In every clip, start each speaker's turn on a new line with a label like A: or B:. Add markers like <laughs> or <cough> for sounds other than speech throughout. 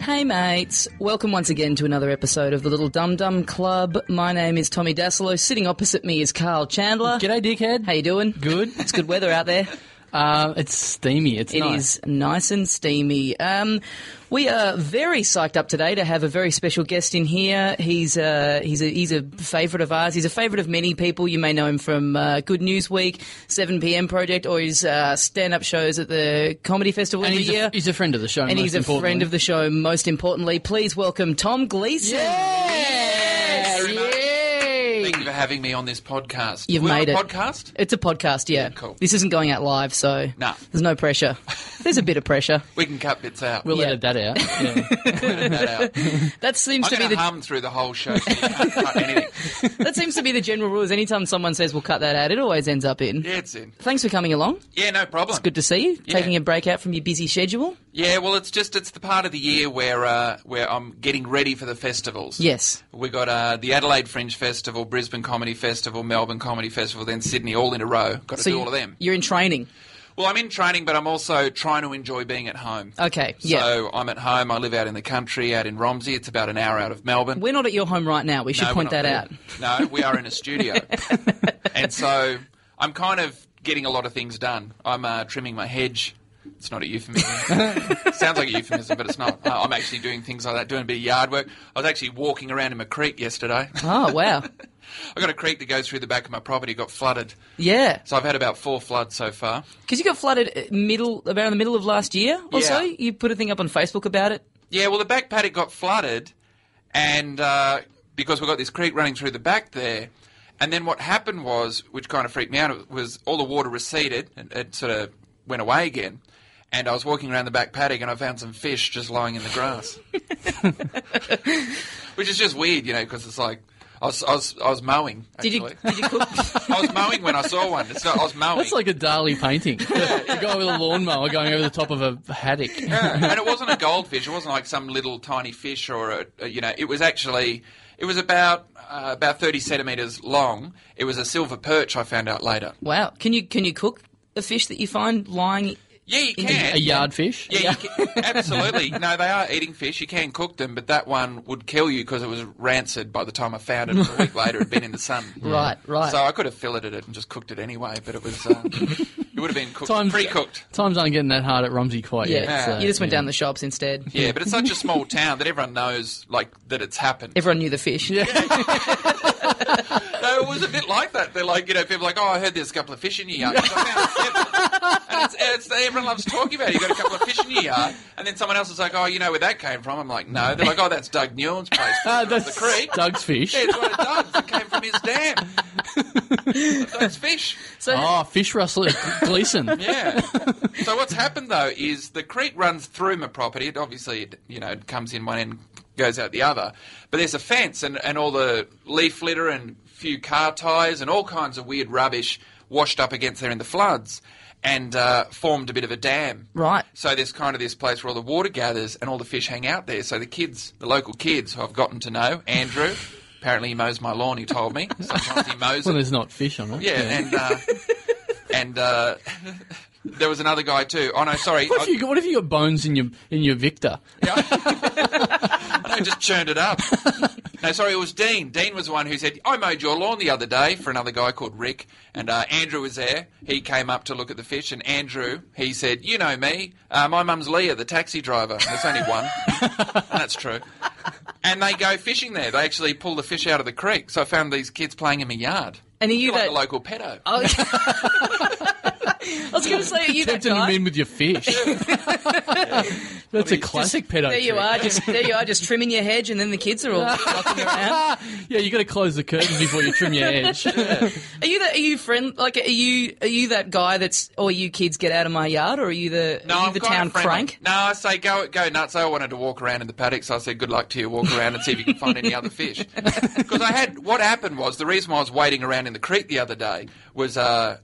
A: Hey mates, welcome once again to another episode of the Little Dum Dum Club. My name is Tommy Dasilo. Sitting opposite me is Carl Chandler.
B: G'day, dickhead.
A: How you doing?
B: Good.
A: It's good weather out
B: <laughs>
A: there.
B: Uh, it's steamy. It's
A: It is
B: nice.
A: nice. and steamy. Um, we are very psyched up today to have a very special guest in here. He's uh, he's a he's a favourite of ours. He's a favourite of many people. You may know him from uh, Good News Week, Seven PM Project, or his uh, stand-up shows at the Comedy Festival
B: And
A: every
B: he's
A: year.
B: a, he's a friend of the show.
A: uh, and he's a friend of the show. Most importantly, please welcome Tom Gleeson.
B: Yes!
A: Yes!
C: Thank you for having me on this podcast.
A: You've
C: We're
A: made
C: on a
A: it.
C: podcast?
A: It's a podcast, yeah.
C: cool.
A: This isn't going out live, so
C: Nah.
A: there's no pressure. There's a bit of pressure.
C: We can cut bits out.
B: We'll
A: Yeah.
B: edit that out. Yeah.
C: Edit that
A: <laughs>
C: out.
A: That seems
C: I'm
A: to be
C: going to
A: the
C: hum through the whole show. <laughs> So you can't cut anything.
A: that seems to be the general rule. Is anytime someone says we'll cut that out, it always ends up in.
C: Yeah, it's in.
A: Thanks for coming along.
C: Yeah, no problem.
A: Good to see you.
C: Yeah.
A: Taking a break out from your busy schedule.
C: Yeah, well, it's just it's the part of the year where uh, where I'm getting ready for the festivals.
A: Yes.
C: We got uh, the Adelaide Fringe Festival, Brisbane Comedy Festival, Melbourne Comedy Festival, then Sydney, all in a row. Got to do
A: you-
C: all of them.
A: You're in training.
C: Well, I'm in training, but I'm also trying to enjoy being at home.
A: Okay. Oh, Yeah.
C: So I'm at home. I live out in the country, out in Romsey. It's about an hour out of Melbourne.
A: We're not at your home right now. We should
C: No,
A: point
C: we're
A: that
C: not
A: out.
C: there. No, we are in a studio.
A: <laughs>
C: and so I'm kind of getting a lot of things done. I'm uh, trimming my hedge. It's not a
A: <laughs>
C: euphemism. Sounds like a euphemism, but it's not. Uh, I'm actually doing things like that, doing a bit of yard work. I was actually walking around in my creek yesterday.
A: Oh wow.
C: <laughs> I got a creek that goes through the back of my property, got flooded.
A: Yeah.
C: So I've had about four floods so far.
A: Because you got flooded uh, middle around the middle of last year or
C: Yeah.
A: so. You put a thing up on Facebook about it.
C: Yeah, well, the back paddock got flooded, and uh, because we've got this creek running through the back there, and then what happened was, which kind of freaked me out, was all the water receded and it sort of went away again. And I was walking around the back paddock and I found some fish just lying in
A: <laughs>
C: the grass. Which is just weird, you know, because it's like, I was, I was, I was mowing.
A: Did
C: Actually.
A: you? Did you cook?
C: <laughs> I was mowing when I saw one.
A: <laughs>
C: It's not, I was
B: <laughs>
C: mowing.
B: That's like a Dali painting. <laughs> a guy with a lawnmower going over the top of a haddock.
C: <laughs> Yeah, and it wasn't a goldfish. It wasn't like some little tiny fish or a, a- you know. It was actually it was about uh, about thirty centimeters long. It was a silver perch. I found out later.
A: wow. Can you can you cook a fish that you find lying?
C: Yeah, you can.
B: A yard fish.
C: Yeah, you can, absolutely. No, they are eating fish. You can cook them, but that one would kill you because it was rancid by the time I found it. A week later, it had been in the sun.
A: <laughs> Right. Right.
C: So I could have filleted it and just cooked it anyway, but it was uh, it would have been
A: <laughs>
C: cooked,
B: Times-
C: pre-cooked.
B: Times aren't getting that hard at Romsey quite
A: yeah.
B: yet. so,
A: you just went
B: yeah.
A: down the shops instead.
C: Yeah, but it's such a small town that everyone knows like that it's happened.
A: Everyone knew the fish.
C: No, it was a bit like that. They're like, you know, people are like, oh, I heard there's a couple of fish in your yard. I found seven. and it's, it's, everyone loves talking about it. You've got a couple of fish in your yard. And then someone else is like, oh, you know where that came from? I'm like, no. They're like, oh, that's Doug Newell's place.
B: <laughs> Ah,
C: across
B: that's
C: Uh, the <laughs> creek.
B: Doug's fish. <laughs>
C: Yeah, it's what it does. It came from his
B: <laughs>
C: dam. Doug's fish.
A: So
B: Oh, fish rustler Gleason.
C: Yeah. So what's happened though is the creek runs through my property. It obviously, it, you know, it comes in one end, goes out the other. But there's a fence and, and all the leaf litter and few car tires and all kinds of weird rubbish washed up against there in the floods, and uh, formed a bit of a dam.
A: Right.
C: So there's kind of this place where all the water gathers and all the fish hang out there. So the kids, the local kids who I've gotten to know, Andrew. <laughs> Apparently he mows my lawn. He told me sometimes he mows
B: Well,
C: it.
B: there's not fish on it.
C: Yeah, and uh, and uh, there was another guy too. Oh no, sorry,
B: What if, you got, what if you got bones in your in your Victor?
C: I just churned it up. No, sorry, it was Dean. Dean was the one who said, "I mowed your lawn the other day for another guy called Rick." And uh, Andrew was there. He came up to look at the fish, and Andrew he said, "You know me. Uh, my mum's Leah, the taxi driver. There's only one. And that's true." And they go fishing there. They actually pull the fish out of the creek. So I found these kids playing in my yard.
A: And are you
C: You're like
A: that-
C: a local pedo.
A: <laughs> Oh, I was going to say, are you that
B: Tempting him
A: guy?
B: in with your
C: <laughs>
B: fish. That's a classic pedo.
A: There you
B: trick.
A: are, just there you are, just trimming your hedge, and then the kids are all walking around.
B: Ah, Yeah, you got to close the curtain before you trim your
C: <laughs>
B: edge.
A: Are you that? Are you friend? Like, are you are you that guy that's? Or you kids get out of my yard, or are you the are you
C: I'm
A: the
C: kind
A: town
C: of friendly.
A: crank?
C: No, I say go go nuts. I wanted to walk around in the paddock, so I said good luck to you. Walk around and see if you can find any
A: <laughs>
C: other fish. Because I had what happened was the reason why I was waiting around in the creek the other day was uh,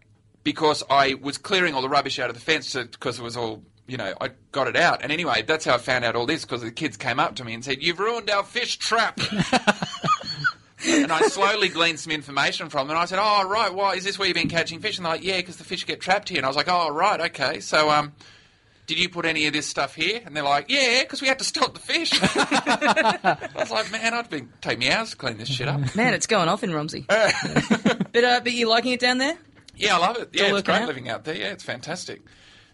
C: because I was clearing all the rubbish out of the fence because it was all. You know, I got it out, and anyway, that's how I found out all this because the kids came up to me and said, "You've ruined our
A: <laughs>
C: fish trap." and I slowly gleaned some information from them. And I said, "Oh, right, why is this where you've been catching fish?" And they're like, "Yeah, because the fish get trapped here." And I was like, "Oh, right, okay." So, um, did you put any of this stuff here? And they're like, yeah, because we had to stop the fish. <laughs> I was like, man, I'd been take me hours to clean this shit up.
A: Man, it's going off in
C: <laughs>
A: Romsey. but uh, but you liking it down there?
C: Yeah, I love it. Yeah,
A: all
C: it's
A: working
C: great
A: out?
C: living out there. Yeah, it's fantastic.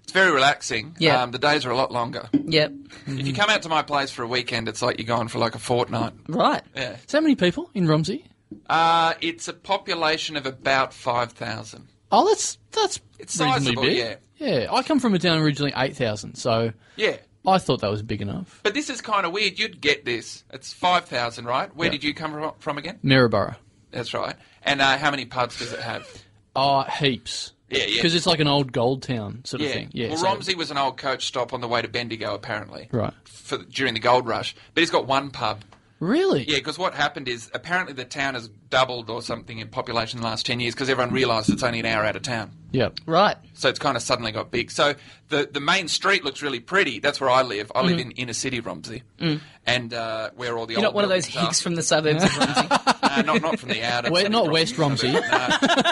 C: It's very relaxing.
A: Yeah.
C: Um, the days are a lot longer.
A: Yep.
C: If you come out to my place for a weekend, it's like you're gone for like a fortnight.
A: Right.
C: Yeah.
B: So many people in Romsey?
C: Uh, it's a population of about 5,000.
B: Oh, that's that's
C: It's
B: reasonably
C: sizable,
B: big. Yeah. I come from a town originally eight thousand, so
C: Yeah.
B: I thought that was big enough.
C: But this is kind of weird. You'd get this. It's 5,000, right? Where did you come from, from again?
B: Maryborough.
C: That's right. And uh, how many pubs does it have?
B: Oh, heaps.
C: Yeah, yeah.
B: Because it's like an old gold town sort of
C: Yeah.
B: thing. Yeah.
C: well,
B: so-
C: Romsey was an old coach stop on the way to Bendigo, apparently.
B: Right.
C: For, during the gold rush. But he's got one pub.
B: Really?
C: Yeah, because what happened is apparently the town has doubled or something in population in the last 10 years because everyone realised it's only an hour out of town.
B: Yep.
A: Right.
C: So it's kind of suddenly got big. So the, the main street looks really pretty. That's where I live. I
B: Mm-hmm.
C: live in inner city Romsey.
B: Mm.
C: And uh, where all the
A: You're not one of those hicks from the suburbs of Romsey.
C: <laughs> no, not, not from the outer.
B: We're
C: city
B: not
C: Romsey
B: West Romsey.
C: suburb, no.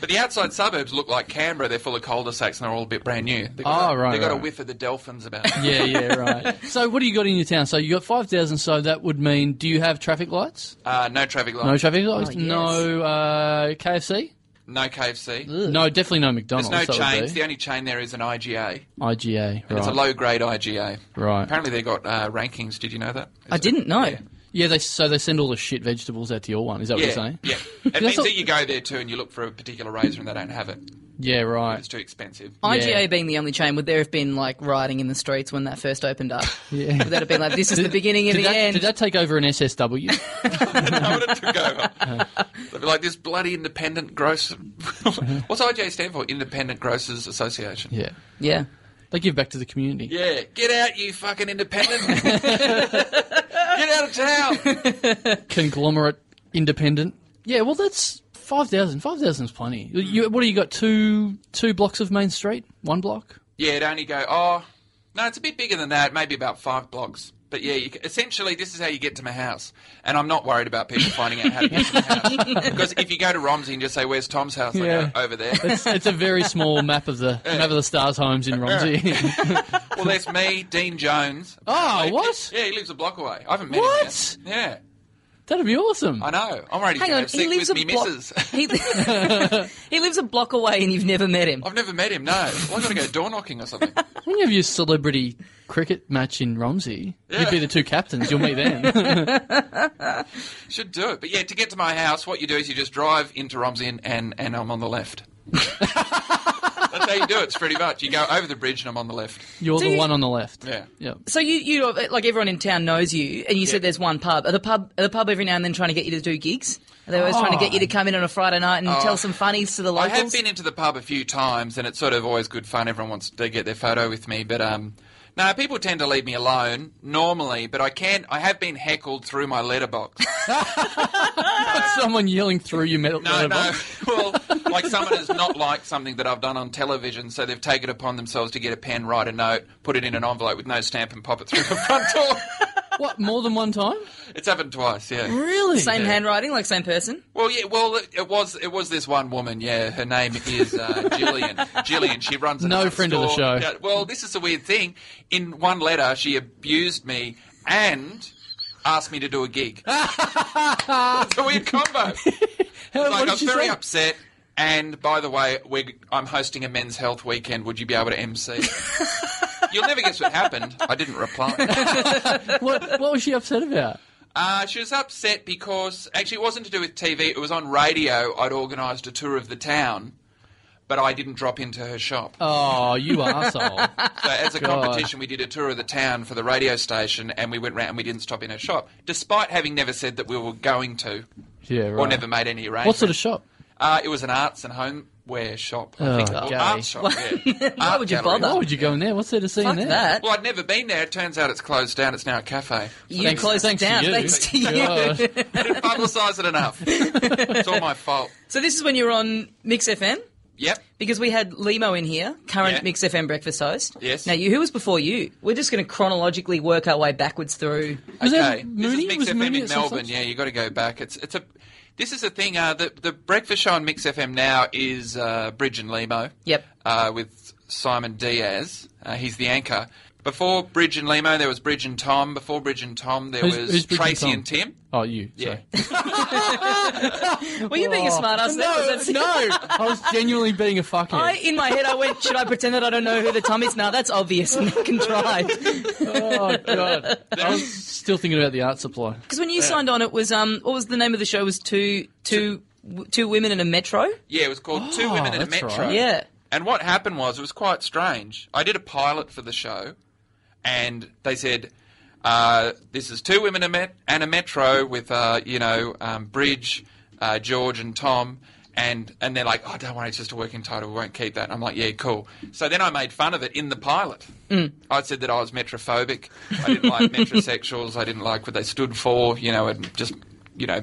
C: but the outside suburbs look like Canberra. They're full of cul-de-sacs and they're all a bit brand new. They've got,
B: Oh,
C: a-
B: right,
C: They've got a
B: right.
C: whiff of the
B: <laughs>
C: dolphins about them.
B: Yeah, yeah, right.
C: <laughs>
B: so what do you got in your town? So you got five thousand. So that would mean, do you have traffic lights?
C: Uh, no traffic lights.
B: No traffic lights.
A: Oh, yes.
B: No uh, KFC.
C: No KFC.
B: No, definitely no
C: There's
B: McDonald's.
C: no
B: that Oh, would
C: chains.
B: be.
C: The only chain there is an IGA.
B: IGA. Right.
C: It's a low grade IGA.
B: Right.
C: Apparently they got uh, rankings. Did you know that?
A: I didn't know.
B: Yeah, they so they send all the shit vegetables out to your one. Is that what you're
C: Yeah.
B: saying? <laughs>
C: Yeah. It means
B: all-
C: that you go there too and you look for a particular razor and they don't have it.
B: Yeah,
C: It's
A: <laughs>
B: right.
C: too expensive.
A: IGA being the only chain, would there have been like rioting in the streets when that first opened
B: <laughs>
A: up?
B: Yeah.
A: Would that have been like this is the beginning and
B: Did
A: the
B: that,
A: end?
B: did that take over an
C: <laughs>
B: SSW?
C: I wanted to go.
B: <laughs>
C: They'd be like this bloody independent grocer. <laughs> What's IGA stand for? Independent Grocers Association.
B: yeah.
A: yeah.
B: They give back to the community.
C: Yeah, get out, you fucking independent. <laughs> get out of town.
B: Conglomerate, independent. Yeah, well, that's 5,000. 5,000 is plenty. You, what do you got? Two two blocks of Main Street? One block?
C: Yeah, it only go. Oh, no, it's a bit bigger than that. Maybe about five blocks. But yeah, you, c- essentially, this is how you get to my house, and I'm not worried about people finding out how to get to
A: <laughs>
C: my house because if you go to Romsey and just say, "Where's Tom's house?" They
B: Yeah.
C: go, over there.
B: It's, it's a very
C: <laughs>
B: small map of the map of the stars' homes in Romsey.
C: Well, that's me, Dean Jones.
B: oh, what?
C: Yeah, he lives a block away. I haven't met
B: What?
C: him. Yet. Yeah,
B: <laughs> That'd be awesome.
C: I know. I'm already
A: Hang
C: going
A: on,
C: to have
A: he
C: sex
A: lives
C: with
A: a
C: me
A: block.
C: missus. <laughs>
A: He, <laughs>
B: <laughs>
A: he lives a block away, and you've never met him.
C: I've never met him. No, well, I got to go door knocking or something.
B: When you have your celebrity cricket match in Romsey, you'd be the two captains. You'll meet
C: <laughs>
B: them. <laughs>
C: Should do it. But yeah, to get to my house, what you do is you just drive into Romsey and, and, and I'm on the left. That's how you do it. It's pretty much you go over the bridge and I'm on the left.
B: You're
A: Do
B: the
A: you-
B: one on the left.
C: Yeah.
B: Yep.
A: So you, you like everyone in town knows you, and you said there's one pub. Are the pub, are the pub every now and then trying to get you to do gigs? Are they always trying to get
B: Oh.
A: you to come in on a Friday night and tell some funnies to the
C: I
A: locals?
C: have been into the pub a few times, and it's sort of always good fun. Everyone wants to get their photo with me, but um, no, people tend to leave me alone normally. But I can. I have been heckled through my letterbox.
B: Someone yelling through your metal.
C: No, no. <laughs> well, like someone has not liked something that I've done on television, so they've taken it upon themselves to get a pen, write a note, put it in an envelope with no stamp, and pop it through the front door.
B: What? More than one time?
C: it's happened twice, yeah.
B: Really?
A: same handwriting, like same person.
C: Well, yeah. Well, it, it was it was this one woman. Yeah, her name is
B: <laughs>
C: uh, Gillian. Gillian. She runs a
B: No
C: nut
B: friend of the
C: store.
B: show.
C: Yeah, well, this is the weird thing. In one letter, she abused me and asked me to do
B: <laughs>
C: a gig. it's a weird combo.
B: How, what
C: like,
B: did
C: I'm
B: she
C: very
B: say?
C: upset. And by the way, we're, I'm hosting a men's health weekend. Would you be able
B: <laughs>
C: to MC? You'll never guess what happened. I
B: <laughs>
C: didn't reply.
B: What, what was she upset about?
C: Uh, she was upset because actually it wasn't to do with TV. It was on radio. I'd organised a tour of the town, but I didn't drop into her shop.
B: Oh,
C: <laughs>
B: you arsehole. <laughs>
C: So as a competition, we did a tour of the town for the radio station, and we went round and we didn't stop in her shop, despite having never said that we were going to
B: Yeah, right.
C: or never made any arrangements.
B: What sort of shop?
C: Uh, it was an arts and homeware shop. I
B: Oh,
C: think. Well,
B: gay.
C: art shop. Yeah.
A: Why
C: Art
A: would you
C: gallery.
A: bother?
B: <laughs> Why would you go in there? What's there to see in
A: Fuck
B: there?
A: that.
C: Well, I'd never been there. It turns out it's closed down. It's now
B: <laughs>
C: a cafe.
A: You
B: Thanks-
A: closed
B: thanks
A: it down
B: to you.
A: thanks to you.
B: God.
C: I didn't publicise
B: <laughs>
C: it enough. it's all my fault.
A: <laughs> So this is when you're on Mix FM
C: Yep.
A: because we had Limo in here, current
C: Yeah.
A: Mix FM breakfast host.
C: Yes.
A: Now you, who was before you? We're just going to chronologically work our way backwards through.
B: Was that
C: okay.
B: Mooney?
C: This is Mix
B: Was
C: FM
B: Mooney
C: in
B: at some
C: Melbourne.
B: stage?
C: Yeah, you got to go back. It's it's a. This is the thing. Uh, the the breakfast show on Mix FM now is uh, Bridge and Limo.
A: Yep.
C: Uh, with Simon Diaz. Uh, he's the anchor. Before Bridge and Limo, there was Bridge and Tom. Before Bridge and Tom, there
B: Who's-
C: was
B: who's Bridge and
C: Tracy
B: Tom?
C: and Tim.
B: Oh, you.
C: Yeah.
B: Sorry.
A: Were you being a smart ass? <laughs>
B: No, no. I was genuinely being a fuckhead.
A: I,
C: <laughs>
A: in my head, I went, should I pretend that I don't know who the Tom is? Now that's obvious <laughs> and contrived.
B: Oh god. I was still thinking about the art supply.
A: Because when you signed on, it was um, what was the name of the show? It was two, two, w- two women in a metro.
C: Yeah, it was called Two Women in a
B: Oh, that's
C: Metro.
B: right.
A: Yeah.
C: And what happened was it was quite strange. I did a pilot for the show, and they said, uh, "This is two women a met- and a metro with uh, you know um, Bridge, uh, George, and Tom." And and they're like, "Oh, don't worry, it's just a working title. We won't keep that." And I'm like, "Yeah, cool." So then I made fun of it in the pilot.
B: Mm.
C: I said that I was metrophobic. I
B: <laughs>
C: didn't like metrosexuals. I didn't like what they stood for. You know, and just you know,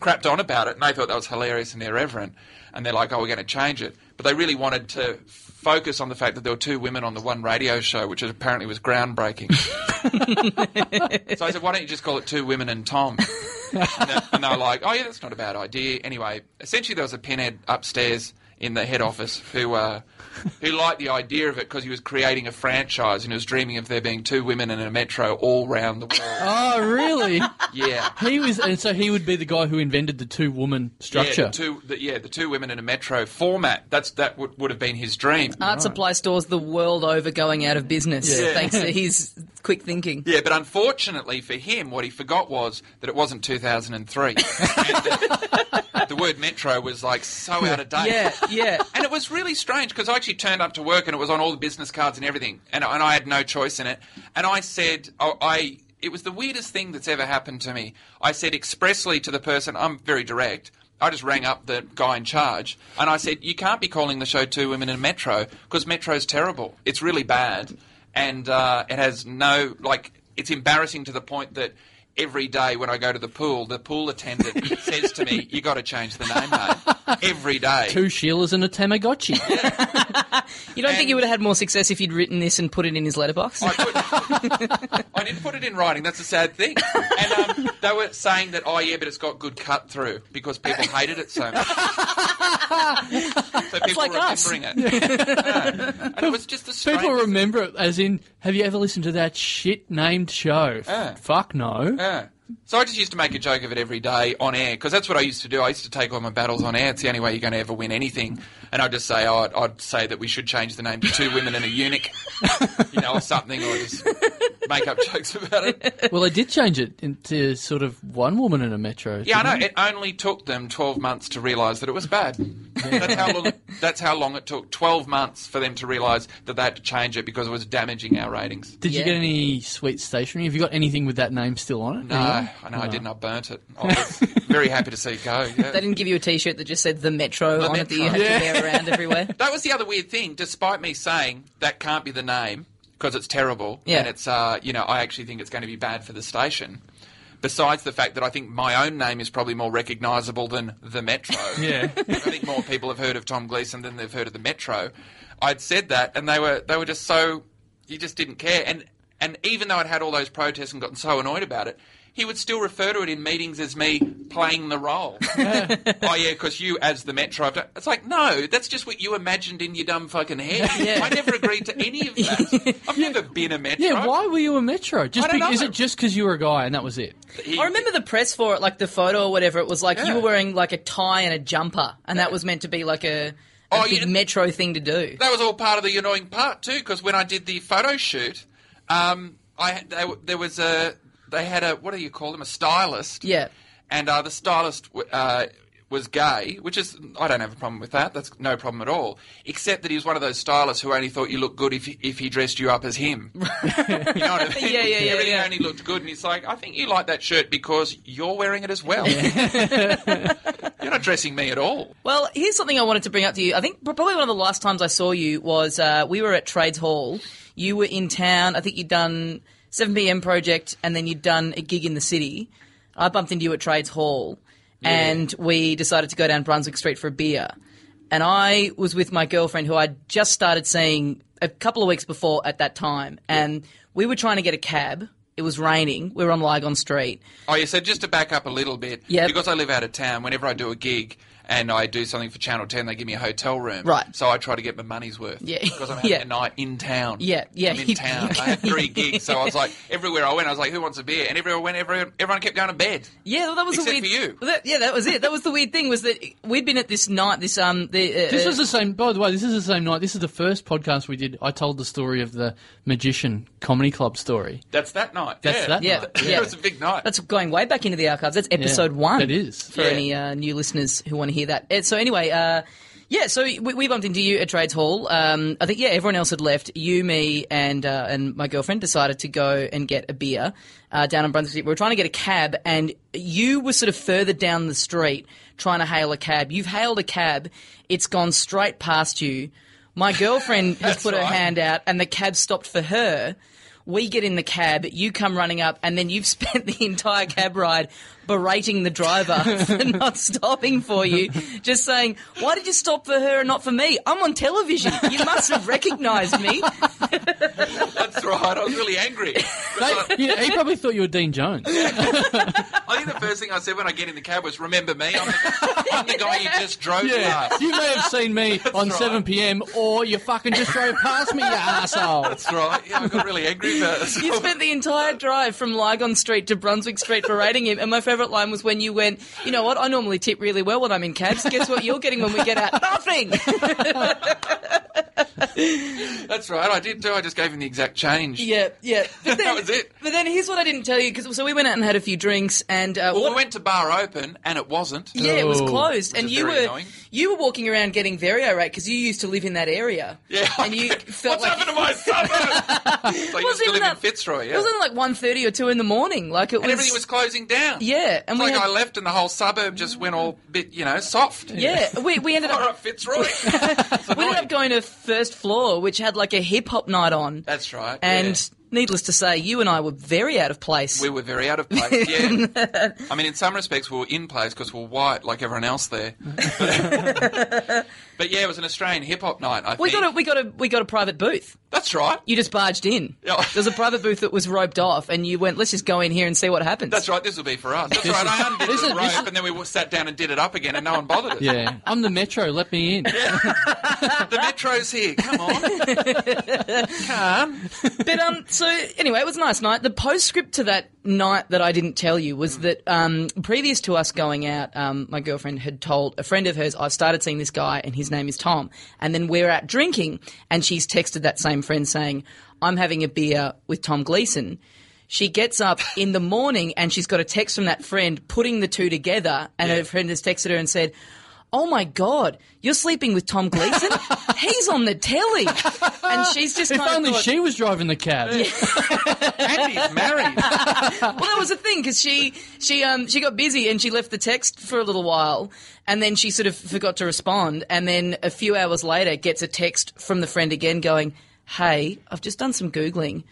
C: crapped on about it, and they thought that was hilarious and irreverent. And they're like, "Oh, we're going to change it," but they really wanted to focus on the fact that there were two women on the one radio show, which apparently was groundbreaking. <laughs> so I said, "Why don't you just call it Two Women and Tom?" and, they, and they were like, "Oh, yeah, that's not a bad idea." Anyway, essentially, there was a pinhead upstairs in the head office who uh, who liked the idea of it because he was creating a franchise and he was dreaming of there being two women in a metro all round the world.
B: Oh really?
C: yeah.
B: He was, and so he would be the guy who invented the two woman structure.
C: Yeah, the two, the, yeah, the two women in a metro format. That's that would, would have been his dream.
A: Art supply stores the world over going out of business
C: Yeah.
A: thanks to his quick thinking.
C: yeah, but unfortunately for him, what he forgot was that it wasn't 2003. <laughs> and, uh, the word metro was like so out of date.
A: Yeah, yeah.
C: And it was really strange because I actually turned up to work and it was on all the business cards and everything, and, and I had no choice in it. And I said, oh, I it was the weirdest thing that's ever happened to me. I said expressly to the person, I'm very direct. I just rang up the guy in charge and I said, you can't be calling the show Two Women in a Metro because Metro's terrible. It's really bad, and uh, it has no like. It's embarrassing to the point that. Every day when I go to the pool, the pool attendant says to me, "You got to change the name, mate." Every day,
B: Two Sheilas and a
C: <laughs>
B: Tamagotchi.
A: You don't think you would have had more success if you'd written this and put it in his letterbox?
C: I, put, I didn't put it in writing. That's a sad thing. And um, they were saying that, oh yeah, but it's got good cut through because people hated it so much. so people
A: like
C: were
A: us.
C: remembering it. Yeah. And it was just the strangest.
B: People remember it as in, have you ever listened to that shit named show? F-
C: Yeah.
B: Fuck no.
C: Yeah. So I just used to make a joke of it every day on air because that's what I used to do. I used to take all my battles on air. It's the only way you're going to ever win anything. And I'd just say, oh, I'd, I'd say that we should change the name to Two Women and a Eunuch, <laughs> you know, or something, or just make up jokes about it.
B: Well, they did change it into sort of one woman in a metro.
C: Yeah, I
B: didn't
A: Mm-hmm.
C: know. It only took them 12 months to realise that it was bad. That's, how long, that's how long it took. 12 months for them to realise that they had to change it because it was damaging our ratings.
B: it? Did
A: Yeah.
B: you get any sweet stationery? Have you got anything with that name still on it?
C: No, Uh, I know I didn't. I burnt it. I was very happy to see it go. yeah.
A: They didn't give you a T-shirt <laughs> that just said the Metro on it that you had to
C: Metro.
A: wear around everywhere.
C: That was the other weird thing. Despite me saying that can't be the name because it's terrible
A: Yeah.
C: and it's, uh, you know, I actually think it's going to be bad for the station. Besides the fact that I think my own name is probably more recognisable than
A: <laughs>
C: the Metro.
B: Yeah.
C: I think more people have heard of Tom Gleason than they've heard of the Metro. I'd said that, and they were they were just so you just didn't care. And and even though I'd had all those protests and gotten so annoyed about it, he would still refer to it in meetings as me playing the role. <laughs> oh yeah, because you as the Metro. I've done-" It's like no, that's just what you imagined in your dumb fucking head.
A: Yeah.
C: I never agreed to any of that. I've never been a
B: <laughs>
C: Metro.
B: Yeah, why were you a metro? Just
C: I don't
B: be- is
C: know.
B: it just because you were a guy and that was it?
C: <laughs> He-
A: I remember the press for it, like the photo or whatever. It was like you
C: Yeah.
A: were wearing like a tie and a jumper, and that was meant to be like a, a
C: Oh,
A: big
C: yeah.
A: metro thing to do.
C: that was all part of the annoying part too, because when I did the photo shoot, um, I they, there was a they had a what do you call them a stylist?
A: Yeah.
C: and uh, the stylist w- uh, was gay, which is I don't have a problem with that. That's no problem at all. Except that he was one of those stylists who only thought you looked good if if he dressed you up as him. <laughs> you know what I mean?
A: Yeah, yeah, yeah,
C: Everything
A: yeah.
C: only looked good, and he's like, I think you like that shirt because you're wearing it as well. <laughs> you're not dressing me at all.
A: Well, here's something I wanted to bring up to you. I think probably one of the last times I saw you was uh, we were at Trades Hall. You were in town. I think you'd done 7 p.m. project, and then you'd done a gig in the city. I bumped into you at Trades Hall, and we decided to go down Brunswick Street for a beer. And I was with my girlfriend, who I'd just started seeing a couple of weeks before at that time, and we were trying to get a cab. It was raining. We were on Lygon Street.
C: Oh, yeah. So just to back up a little bit,
A: Yep.
C: because I live out of town, whenever I do a gig and I do something for Channel 10, they give me a hotel room.
A: Right.
C: So I try to get my money's worth.
A: Yeah.
C: Because I'm having
A: Yeah.
C: a night in town.
A: Yeah, yeah.
C: I'm in town. I had three gigs, so I was like, everywhere I went, I was like, who wants a beer? And everywhere I went, everyone, everyone kept going to bed.
A: Yeah, well, that was
C: Except
A: a weird.
C: for you.
A: Well, that- yeah, that was it. That was the weird thing was that we'd been at this night. This um. The, uh,
B: This
A: uh,
B: is the same. By the way, this is the same night. This is the first podcast we did. I told the story of the magician comedy club story.
C: That's that night.
B: That's
C: yeah.
B: that
A: Yeah,
B: night.
A: yeah.
C: It was a big night.
A: That's going way back into the archives. That's episode
B: Yeah,
A: one.
B: That is.
A: for
C: Yeah.
A: any uh, new listeners who want to hear that. Uh, So anyway, uh, yeah, so we, we bumped into you at Trades Hall. Um, I think yeah, everyone else had left. You, me, and uh, and my girlfriend decided to go and get a beer uh, down on Brunswick Street. We were trying to get a cab, and you were sort of further down the street trying to hail a cab. You've hailed a cab. It's gone straight past you. My girlfriend has put her
C: right.
A: hand out, and the cab stopped for her. We get in the cab, you come running up, and then you've <laughs> spent the entire cab ride berating the driver <laughs> for not stopping for you. Just saying, why did you stop for her and not for me? I'm on television. You must have recognised me.
C: That's right. I was really
A: <laughs>
C: angry.
B: They- yeah, he probably thought you were Dean Jones.
C: I think the first thing I said when I get in the cab was, "Remember me? I'm the, I'm the guy you just drove
B: Yeah,
C: past."
B: you may have seen me on
C: right.
B: 7 p.m. or you fucking just drove
A: <laughs>
B: past me, you asshole.
C: That's right. Yeah, I got really angry about it.
A: You spent the entire drive from Lygon Street to Brunswick Street berating him. And my favourite line was when you went, you know what, I normally tip really well when I'm in cabs. Guess what you're getting when we get out? <laughs> Nothing!
C: That's right. I did too. I just gave him the exact change.
A: yeah,
C: <laughs>
A: yeah. But then,
C: That was it.
A: But then here's what I didn't tell you. 'cause- so we went out and had a few drinks and... Uh,
C: Well,
A: what-
C: we went to bar open, and it wasn't.
A: Yeah, it was
B: Oh.
A: closed,
C: Which
A: and
C: is
A: you
C: very
A: were
C: annoying.
A: you were walking around getting very irate because you used to live in that area.
C: <laughs> Yeah,
A: and you
C: what's
A: felt like
C: happened
A: <laughs>
C: to my suburb? It's like you
A: wasn't
C: still
A: even
C: live in
A: that-
C: Fitzroy, yeah.
A: It was only like 1.30 or two in the morning. Like it
C: and everything was closing down.
A: yeah, and
C: It's
A: we
C: like
A: had-
C: I left, and the whole suburb just went all bit, you know, soft.
A: yeah. We we ended
C: <laughs> All
A: up
C: right,
A: <laughs>
C: Fitzroy. It's
A: we ended
C: annoying.
A: up going to first floor, which had like a hip hop night on,
C: That's right.
A: and
C: yeah.
A: needless to say, you and I were very out of place.
C: We were very out of
A: <laughs>
C: place. Yeah, I mean, in some respects, we were in place because we're white, like everyone
A: <laughs>
C: else there. but yeah, it was an Australian hip hop night. I
A: we
C: think.
A: got a we got a we got a private booth.
C: That's right.
A: You just barged in.
C: Yeah.
A: There's a private booth that was roped off, and you went, "Let's just go in here and see what happens."
C: That's right. This will be for us. That's right. I undid
A: <laughs>
B: this
C: the
B: is-
C: rope,
B: this is-
C: and then we sat down and did it up again, and no one bothered us.
B: Yeah, I'm the Metro. Let me in.
C: The metro's here. Come on. Come.
A: But um, so anyway, it was a nice night. The postscript to that night that I didn't tell you was that um, previous to us going out, um, my girlfriend had told a friend of hers, "I've started seeing this guy, and his name is Tom." And then we're out drinking, and she's texted that same friend saying, "I'm having a beer with Tom Gleason." She gets up in the morning and she's got a text from that friend putting the two together, and her friend has texted her and said. Oh my God! You're sleeping with Tom
B: <laughs>
A: Gleason. He's on the telly, and she's just
B: If
A: kind of
B: only
A: thought-
B: she was driving the cab.
C: Andy's married.
A: Well, that was the thing because she she um she got busy and she left the text for a little while, and then she sort of forgot to respond, and then a few hours later gets a text from the friend again going, "Hey, I've just done some googling."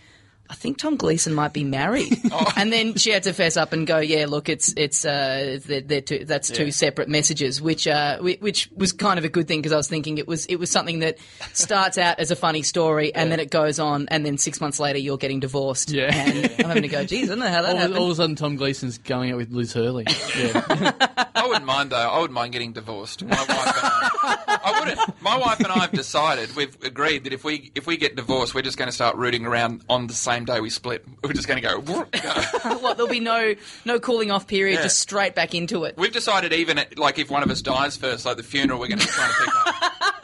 A: I think Tom Gleason might be married, and then she had to fess up and go, "Yeah, look, it's it's uh, they're, they're two, that's two separate messages," which uh, whi- which was kind of a good thing because I was thinking it was it was something that starts out as a funny story and then it goes on, and then six months later you're getting divorced,
B: Yeah.
A: and I'm having to go, "Geez, I don't know how that
B: All,
A: happened."
B: all of a sudden, Tom Gleason's going out with Liz Hurley.
A: <laughs>
B: Yeah.
C: I wouldn't mind though. I wouldn't mind getting divorced. My wife and I, I wouldn't. My wife and I have decided. We've agreed that if we if we get divorced, we're just going to start rooting around on the same day we split. We're just going to go. "Whoop, go."
A: <laughs> what there'll be no no cooling off period,
C: Yeah.
A: just straight back into it.
C: We've decided even at, like if one of us dies first, like the funeral, we're going to try and pick up.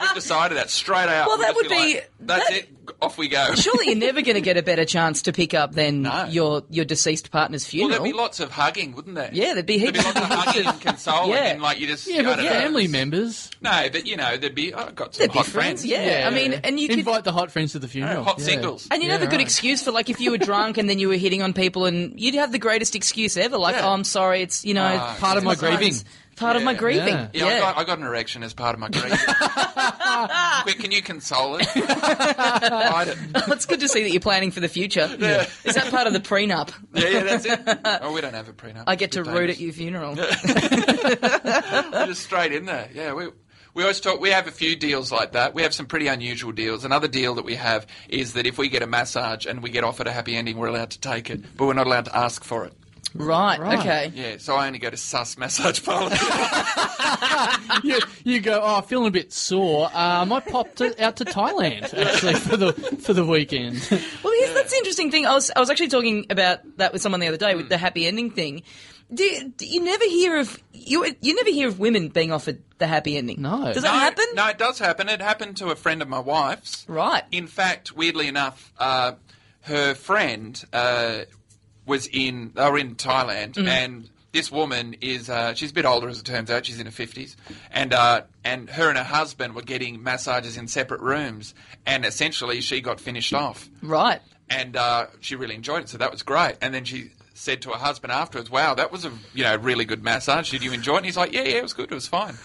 C: We've decided that straight out.
A: Well,
C: We'll
A: that
C: just
A: would be-
C: like, That's
A: that-
C: it. Off we go.
A: Surely you're never going to get a better chance to pick up than
C: No.
A: your your deceased partner's
C: Well,
A: funeral.
C: there'd be lots of hugging, wouldn't there?
A: Yeah, there'd be
C: There'd be
A: heaps
C: lots
A: of
C: of hugging and consoling,
A: Yeah.
C: and like you just
B: yeah, but
C: I don't know.
B: family members.
C: No, but you know, there'd be. I've got some
A: There'd be
C: hot
A: friends, yeah. I mean, and you could-
B: invite the hot friends to the funeral.
C: hot
B: Yeah.
C: singles.
A: and you'd
B: Yeah,
A: have a good
B: right.
A: excuse for like if you were drunk and then you were hitting on people, and you'd have the greatest excuse ever. Like,
C: Yeah.
A: oh, I'm sorry, it's you know
C: Ah,
B: Part of my
A: sometimes
B: grieving.
A: Part of my
C: Yeah.
A: grieving.
B: Yeah.
C: Yeah, I, got, I got an erection as part of
A: <laughs>
C: my grief. Quick, can you console it? Hide it.
A: Well, <laughs> it's good to see that you're planning for the future. Is that part of the prenup?
C: Yeah, yeah, that's it. Oh, we don't have a prenup.
A: I get to root at
C: you.
A: your funeral.
C: Just straight in there. Yeah, we. We always talk. We have a few deals like that. We have some pretty unusual deals. Another deal that we have is that if we get a massage and we get offered a happy ending, we're allowed to take it, but we're not allowed to ask for it.
A: Right,
B: Right.
A: okay.
C: Yeah, so I only go to sus massage
A: <laughs>
C: parlour.
B: you, you go, oh, feeling a bit sore. Um, I popped it out to Thailand actually for the for the weekend.
A: Well, here's, that's the interesting thing. I was, I was actually talking about that with someone the other day
C: Mm.
A: with the happy ending thing. Do, do you never hear of you? You never hear of women being offered the happy ending.
B: No.
A: does
B: No,
A: that happen?
C: No, it does happen. It happened to a friend of my wife's.
A: Right.
C: In fact, weirdly enough, uh, her friend uh, was in. They were in Thailand, and this woman is. Uh, she's a bit older, as it turns out. She's in her fifties, and uh, and her and her husband were getting massages in separate rooms, and essentially she got finished off
A: Right.
C: and uh, she really enjoyed it, so that was great. And then she said to her husband afterwards, "Wow, that was a you know really good massage. Did you enjoy it?" And he's like, "Yeah, yeah, it was good. It was fine."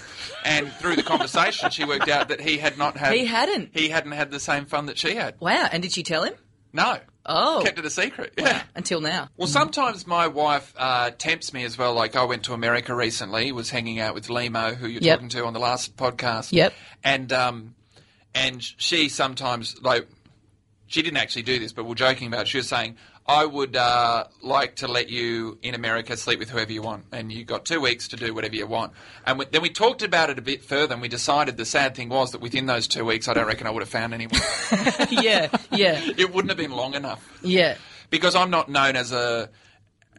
C: And through the conversation, she worked out that he had not had
A: He hadn't.
C: he hadn't had the same fun that she had.
A: Wow. And did she tell him?
C: No,
A: Oh.
C: kept it a secret. Yeah.
A: Until
C: <laughs>
A: now.
C: Well, sometimes my wife uh, tempts me as well. Like I went to America recently, was hanging out with Limo, who you're
A: Yep.
C: talking to on the last podcast.
A: Yep.
C: And um, and she sometimes like she didn't actually do this, but we we're joking about. It. She was saying, "I would uh, like to let you in America sleep with whoever you want, and you got two weeks to do whatever you want." And we, then we talked about it a bit further, and we decided the sad thing was that within those two weeks, I don't reckon I would have found anyone. <laughs>
A: yeah. Yeah.
C: it wouldn't have been long enough
A: <laughs> Yeah.
C: because I'm not known as a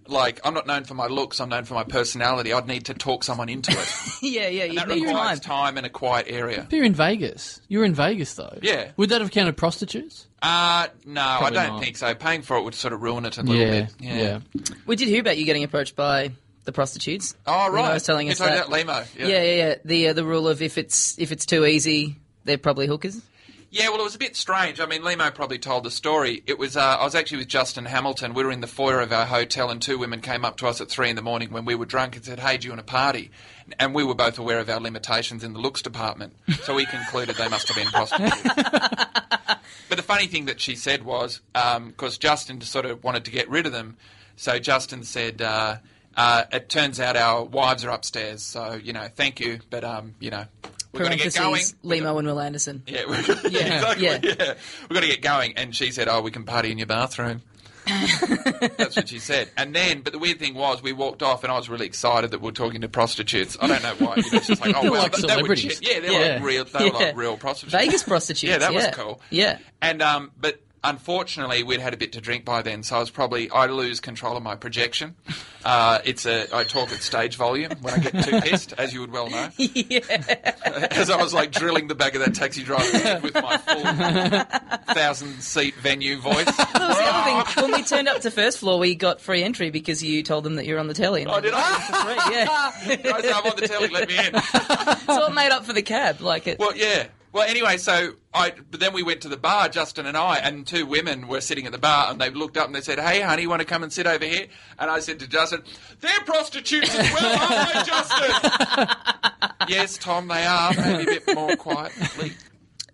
C: like I'm not known for my looks. I'm known for my personality. I'd need to talk someone
A: <laughs>
C: into it.
A: Yeah. Yeah. You
C: that
A: need
C: requires
A: time.
C: time in a quiet area.
B: But you're in Vegas. You're in Vegas though.
C: Yeah.
B: Would that have counted prostitutes?
C: Uh no,
B: Probably
C: I don't
B: not.
C: think so. Paying for it would sort of ruin it a little bit. Yeah.
A: We did hear about you getting approached by the prostitutes.
C: Oh
A: Limo
C: right.
A: was telling
C: You're
A: us
C: talking
A: that.
C: about Limo.
A: Yeah.
C: Yeah. yeah.
A: Yeah. Yeah. The uh, the rule of if it's if it's too easy, they're probably hookers.
C: Well, it was a bit strange. I mean, Limo probably told the story. It was. Uh, I was actually with Justin Hamilton. We were in the foyer of our hotel, and two women came up to us at three in the morning when we were drunk and said, "Hey, do you want a party?" And we were both aware of our limitations in the looks department, so we concluded they must have been prostitutes. But the funny thing that she said was, because Justin sort of wanted to get rid of them, so Justin said, uh, uh, "It turns out our wives are upstairs, so you know, thank you, but um, you know, we're going to get going."
A: Parentheses, Limo and Will Anderson.
C: Yeah,
A: Yeah,
C: we're, <laughs> exactly.
A: yeah.
C: Yeah. we've got to get going. And she said, "Oh, we can party in
A: <laughs>
C: your bathroom." That's what she said. And then, but the weird thing was, we walked off, and I was really excited that we are talking to prostitutes. I don't know why. You know,
A: <laughs>
C: it's just like, oh,
B: They're
C: well,
B: like
C: they- they were
B: celebrities.
C: shit. Yeah, they were
B: Yeah.
C: like real. They were
A: Yeah.
C: like real prostitutes.
A: Vegas prostitutes.
C: <laughs> Yeah, that was cool.
A: Yeah.
C: <laughs> And um, but unfortunately, we'd had a bit to drink by then, so I was probably I lose control of my projection. Uh, it's a I talk at stage volume when I get
A: <laughs>
C: too pissed, as you would well know. as I was like drilling the back of that taxi driver with my full thousand seat venue voice.
A: That was the other thing. When we turned up to first floor, we got free entry because you told them that you were on the telly. And
C: Oh, did I?
A: Yeah.
B: <laughs>
C: Guys, I'm on the telly. Let me in.
A: so it made up for the cab. Like it.
C: Well, yeah. Well, anyway, so I but then we went to the bar, Justin and I, and two women were sitting at the bar, and they looked up and they said, "Hey, honey, want to come and sit over here?" And I said to Justin, "They're prostitutes as well, aren't they, Justin?" yes, Tom, they are. Maybe a bit more quietly.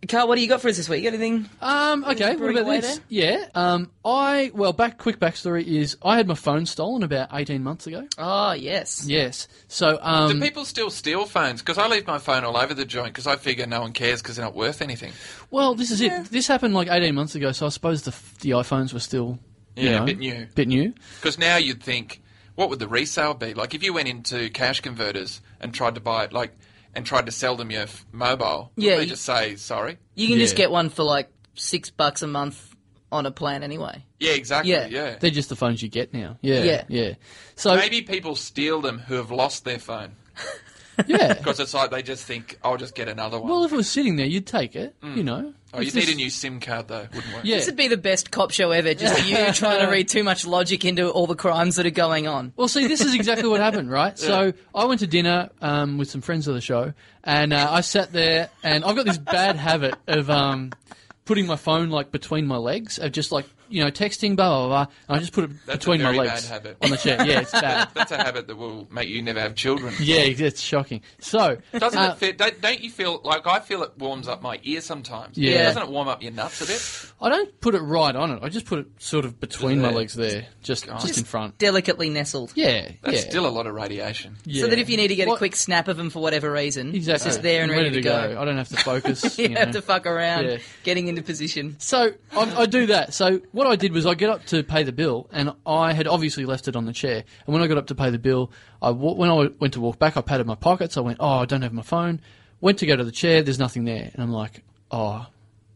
A: Carl, what do you got for us this week? You got anything?
B: Um, okay, what
A: bring
B: about
A: away
B: this?
A: there?
B: Yeah. Um, I well, back quick backstory is I had my phone stolen about eighteen months ago.
A: Oh yes.
B: Yes. So um,
C: Do people still steal phones? Because I leave my phone all over the joint because I figure no one cares because they're not worth anything.
B: Well, this is it. This happened like 18 months ago, so I suppose the the iPhones were still you
C: Yeah, a
B: know,
C: bit new.
B: bit new.
C: Because now you'd think, what would the resale be? Like if you went into cash converters and tried to buy it, like, and tried to sell them your f- mobile, wouldn't
A: Yeah,
C: they
A: you-
C: just say sorry.
A: You can just
B: Yeah.
A: get one for like six bucks a month on a plan anyway.
C: Yeah, exactly.
A: Yeah.
C: Yeah.
B: They're just the phones you get now. Yeah,
A: Yeah.
B: yeah, So
C: Maybe people steal them who have lost their phone <laughs>
B: yeah.
C: because it's like they just think, I'll just get another one.
B: Well, if it was sitting there, you'd take it. You know.
C: oh, you
B: It's
C: need a
B: just-
C: new SIM card though, wouldn't work.
B: Yeah.
A: This would be the best cop show ever. Just
B: <laughs>
A: you trying to read too much logic into all the crimes that are going on.
B: Well, see, this is exactly what happened, right?
C: <laughs>
B: So I went to dinner um, with some friends of the show, and uh, I sat there, and I've got this bad habit of um, putting my phone like between my legs, of just like you know texting, blah blah blah, and I just put it
C: That's a
B: between my
C: very
B: legs
C: bad habit.
B: on the chair. Yeah, it's
C: <laughs>
B: bad.
C: That's a habit that will make you never have children.
B: <laughs> yeah, it's shocking. So
C: Doesn't
B: uh,
C: it fit? Don't, don't you feel like I feel it warms up my ear sometimes?
B: Yeah.
C: Doesn't it warm up your nuts a bit?
B: I don't put it right on it. I just put it sort of between my
C: there.
B: legs there, just just in front.
A: Delicately nestled.
B: Yeah,
C: That's
B: yeah.
C: still a lot of radiation.
B: yeah.
A: So that if you need to get a
B: What-
A: quick snap of them for whatever reason,
B: exactly.
A: it's just there and
B: I'm
A: ready, to go.
B: <laughs> I don't have to
A: <laughs>
B: focus.
A: You
B: know.
A: have to fuck around
B: Yeah.
A: getting into position.
B: So I, I do that. So what I did was I get up to pay the bill, and I had obviously left it on the chair. And when I got up to pay the bill, I wa- when I went to walk back, I patted my pockets. I went, "Oh, I don't have my phone." Went to go to the chair. There's nothing there, and I'm like, "Oh,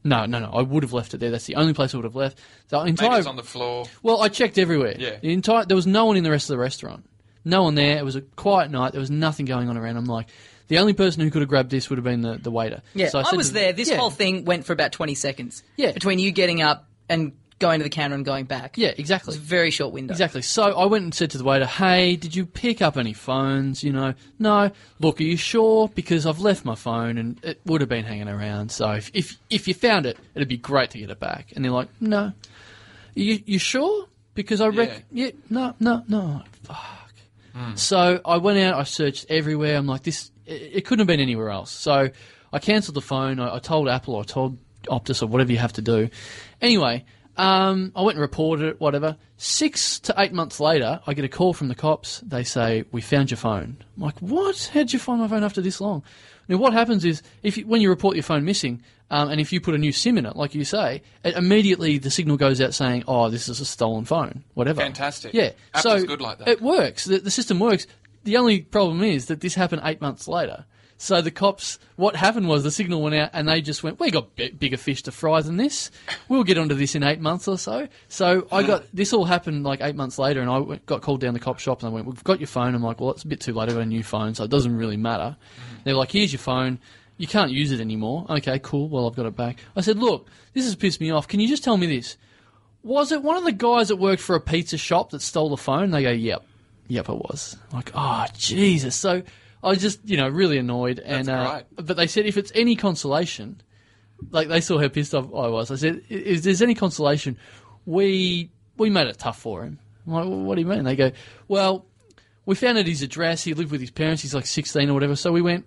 B: no, no, no! I would have left it there. That's the only place I would have left." The
C: Maybe
B: entire
C: it's on the floor.
B: well, I checked everywhere.
C: Yeah.
B: The entire there was no one in the rest of the restaurant. No one there. It was a quiet night. There was nothing going on around. I'm like, the only person who could have grabbed this would have been the, the waiter.
A: Yeah, I,
B: said
A: was
B: to-
A: there. This
B: Yeah.
A: whole thing went for about 20 seconds.
B: Yeah.
A: Between you getting up and going to the counter and going back.
B: Yeah,
A: It was
B: exactly.
A: a very short window.
B: Exactly. So I went and said to the waiter, "Hey, did you pick up any phones? You know, no. Look, are you sure? Because I've left my phone and it would have been hanging around. So if if, if you found it, it'd be great to get it back." And they're like, "No, you you sure? Because I reckon, yeah. no, no, no. I'm like, Fuck." Mm. So I went out. I searched everywhere. I'm like, this. It, it couldn't have been anywhere else. So I cancelled the phone. I, I told Apple. I told Optus or whatever you have to do. Anyway, um, I went and reported it. Whatever. Six to eight months later, I get a call from the cops. They say we found your phone. I'm like, what? How'd you find my phone after this long? Now, what happens is if you, when you report your phone missing, um, and if you put a new SIM in it, like you say, it, immediately the signal goes out saying, "Oh, this is a stolen phone." Whatever.
C: Fantastic.
B: Yeah.
C: Apple's
B: so
C: good like that.
B: It works. The, the system works. The only problem is that this happened eight months later. So the cops, what happened was the signal went out, and they just went, "We got b- bigger fish to fry than this. We'll get onto this in eight months or so." So I got this all happened like eight months later, and I went, got called down the cop shop, and I went, "We've got your phone." I'm like, "Well, it's a bit too late. I got a new phone, so it doesn't really matter." They're like, "Here's your phone." You can't use it anymore. Okay, cool. Well, I've got it back. I said, look, this has pissed me off. Can you just tell me this? Was it one of the guys that worked for a pizza shop that stole the phone? They go, yep, yep, it was. Like, oh Jesus! So I was just, you know, really annoyed. And
C: That's
B: uh, but they said if it's any consolation, like they saw how pissed off I was. I said, "I- if there's any consolation, we we made it tough for him. I'm like, well, what do you mean? They go, well, we found out his address. He lived with his parents. He's like 16 or whatever. So we went.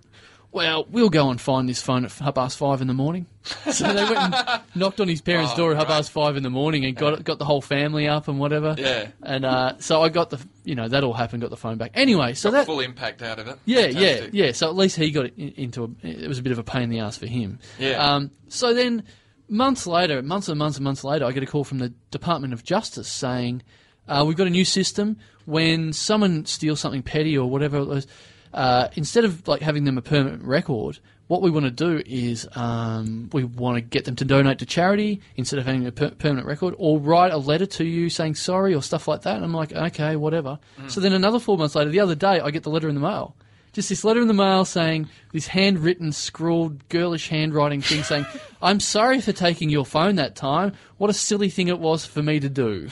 B: Well, we'll go and find this phone at half past five in the morning. <laughs> So they went and knocked on his parents' door at half past five in the morning and got got the whole family up and whatever.
C: Yeah.
B: And uh, so I got the you know that all happened, got the phone back. Anyway, so that
C: Full impact out of it.
B: yeah,
C: Fantastic.
B: yeah, yeah. So at least he got it in- into a. It was a bit of a pain in the ass for him.
C: Yeah.
B: Um, so then, months later, months and months and months later, I get a call from the Department of Justice saying, uh, "We've got a new system. When someone steals something petty or whatever it was, uh, instead of like having them a permanent record." What we want to do is um, we want to get them to donate to charity instead of having a per- permanent record, or write a letter to you saying sorry or stuff like that. And I'm like, okay, whatever.
C: Mm.
B: So then another four months later, the other day, I get the letter in the mail just this letter in the mail saying this handwritten, scrawled, girlish handwriting thing saying, "I'm sorry for taking your phone that time. What a silly thing it was for me to do.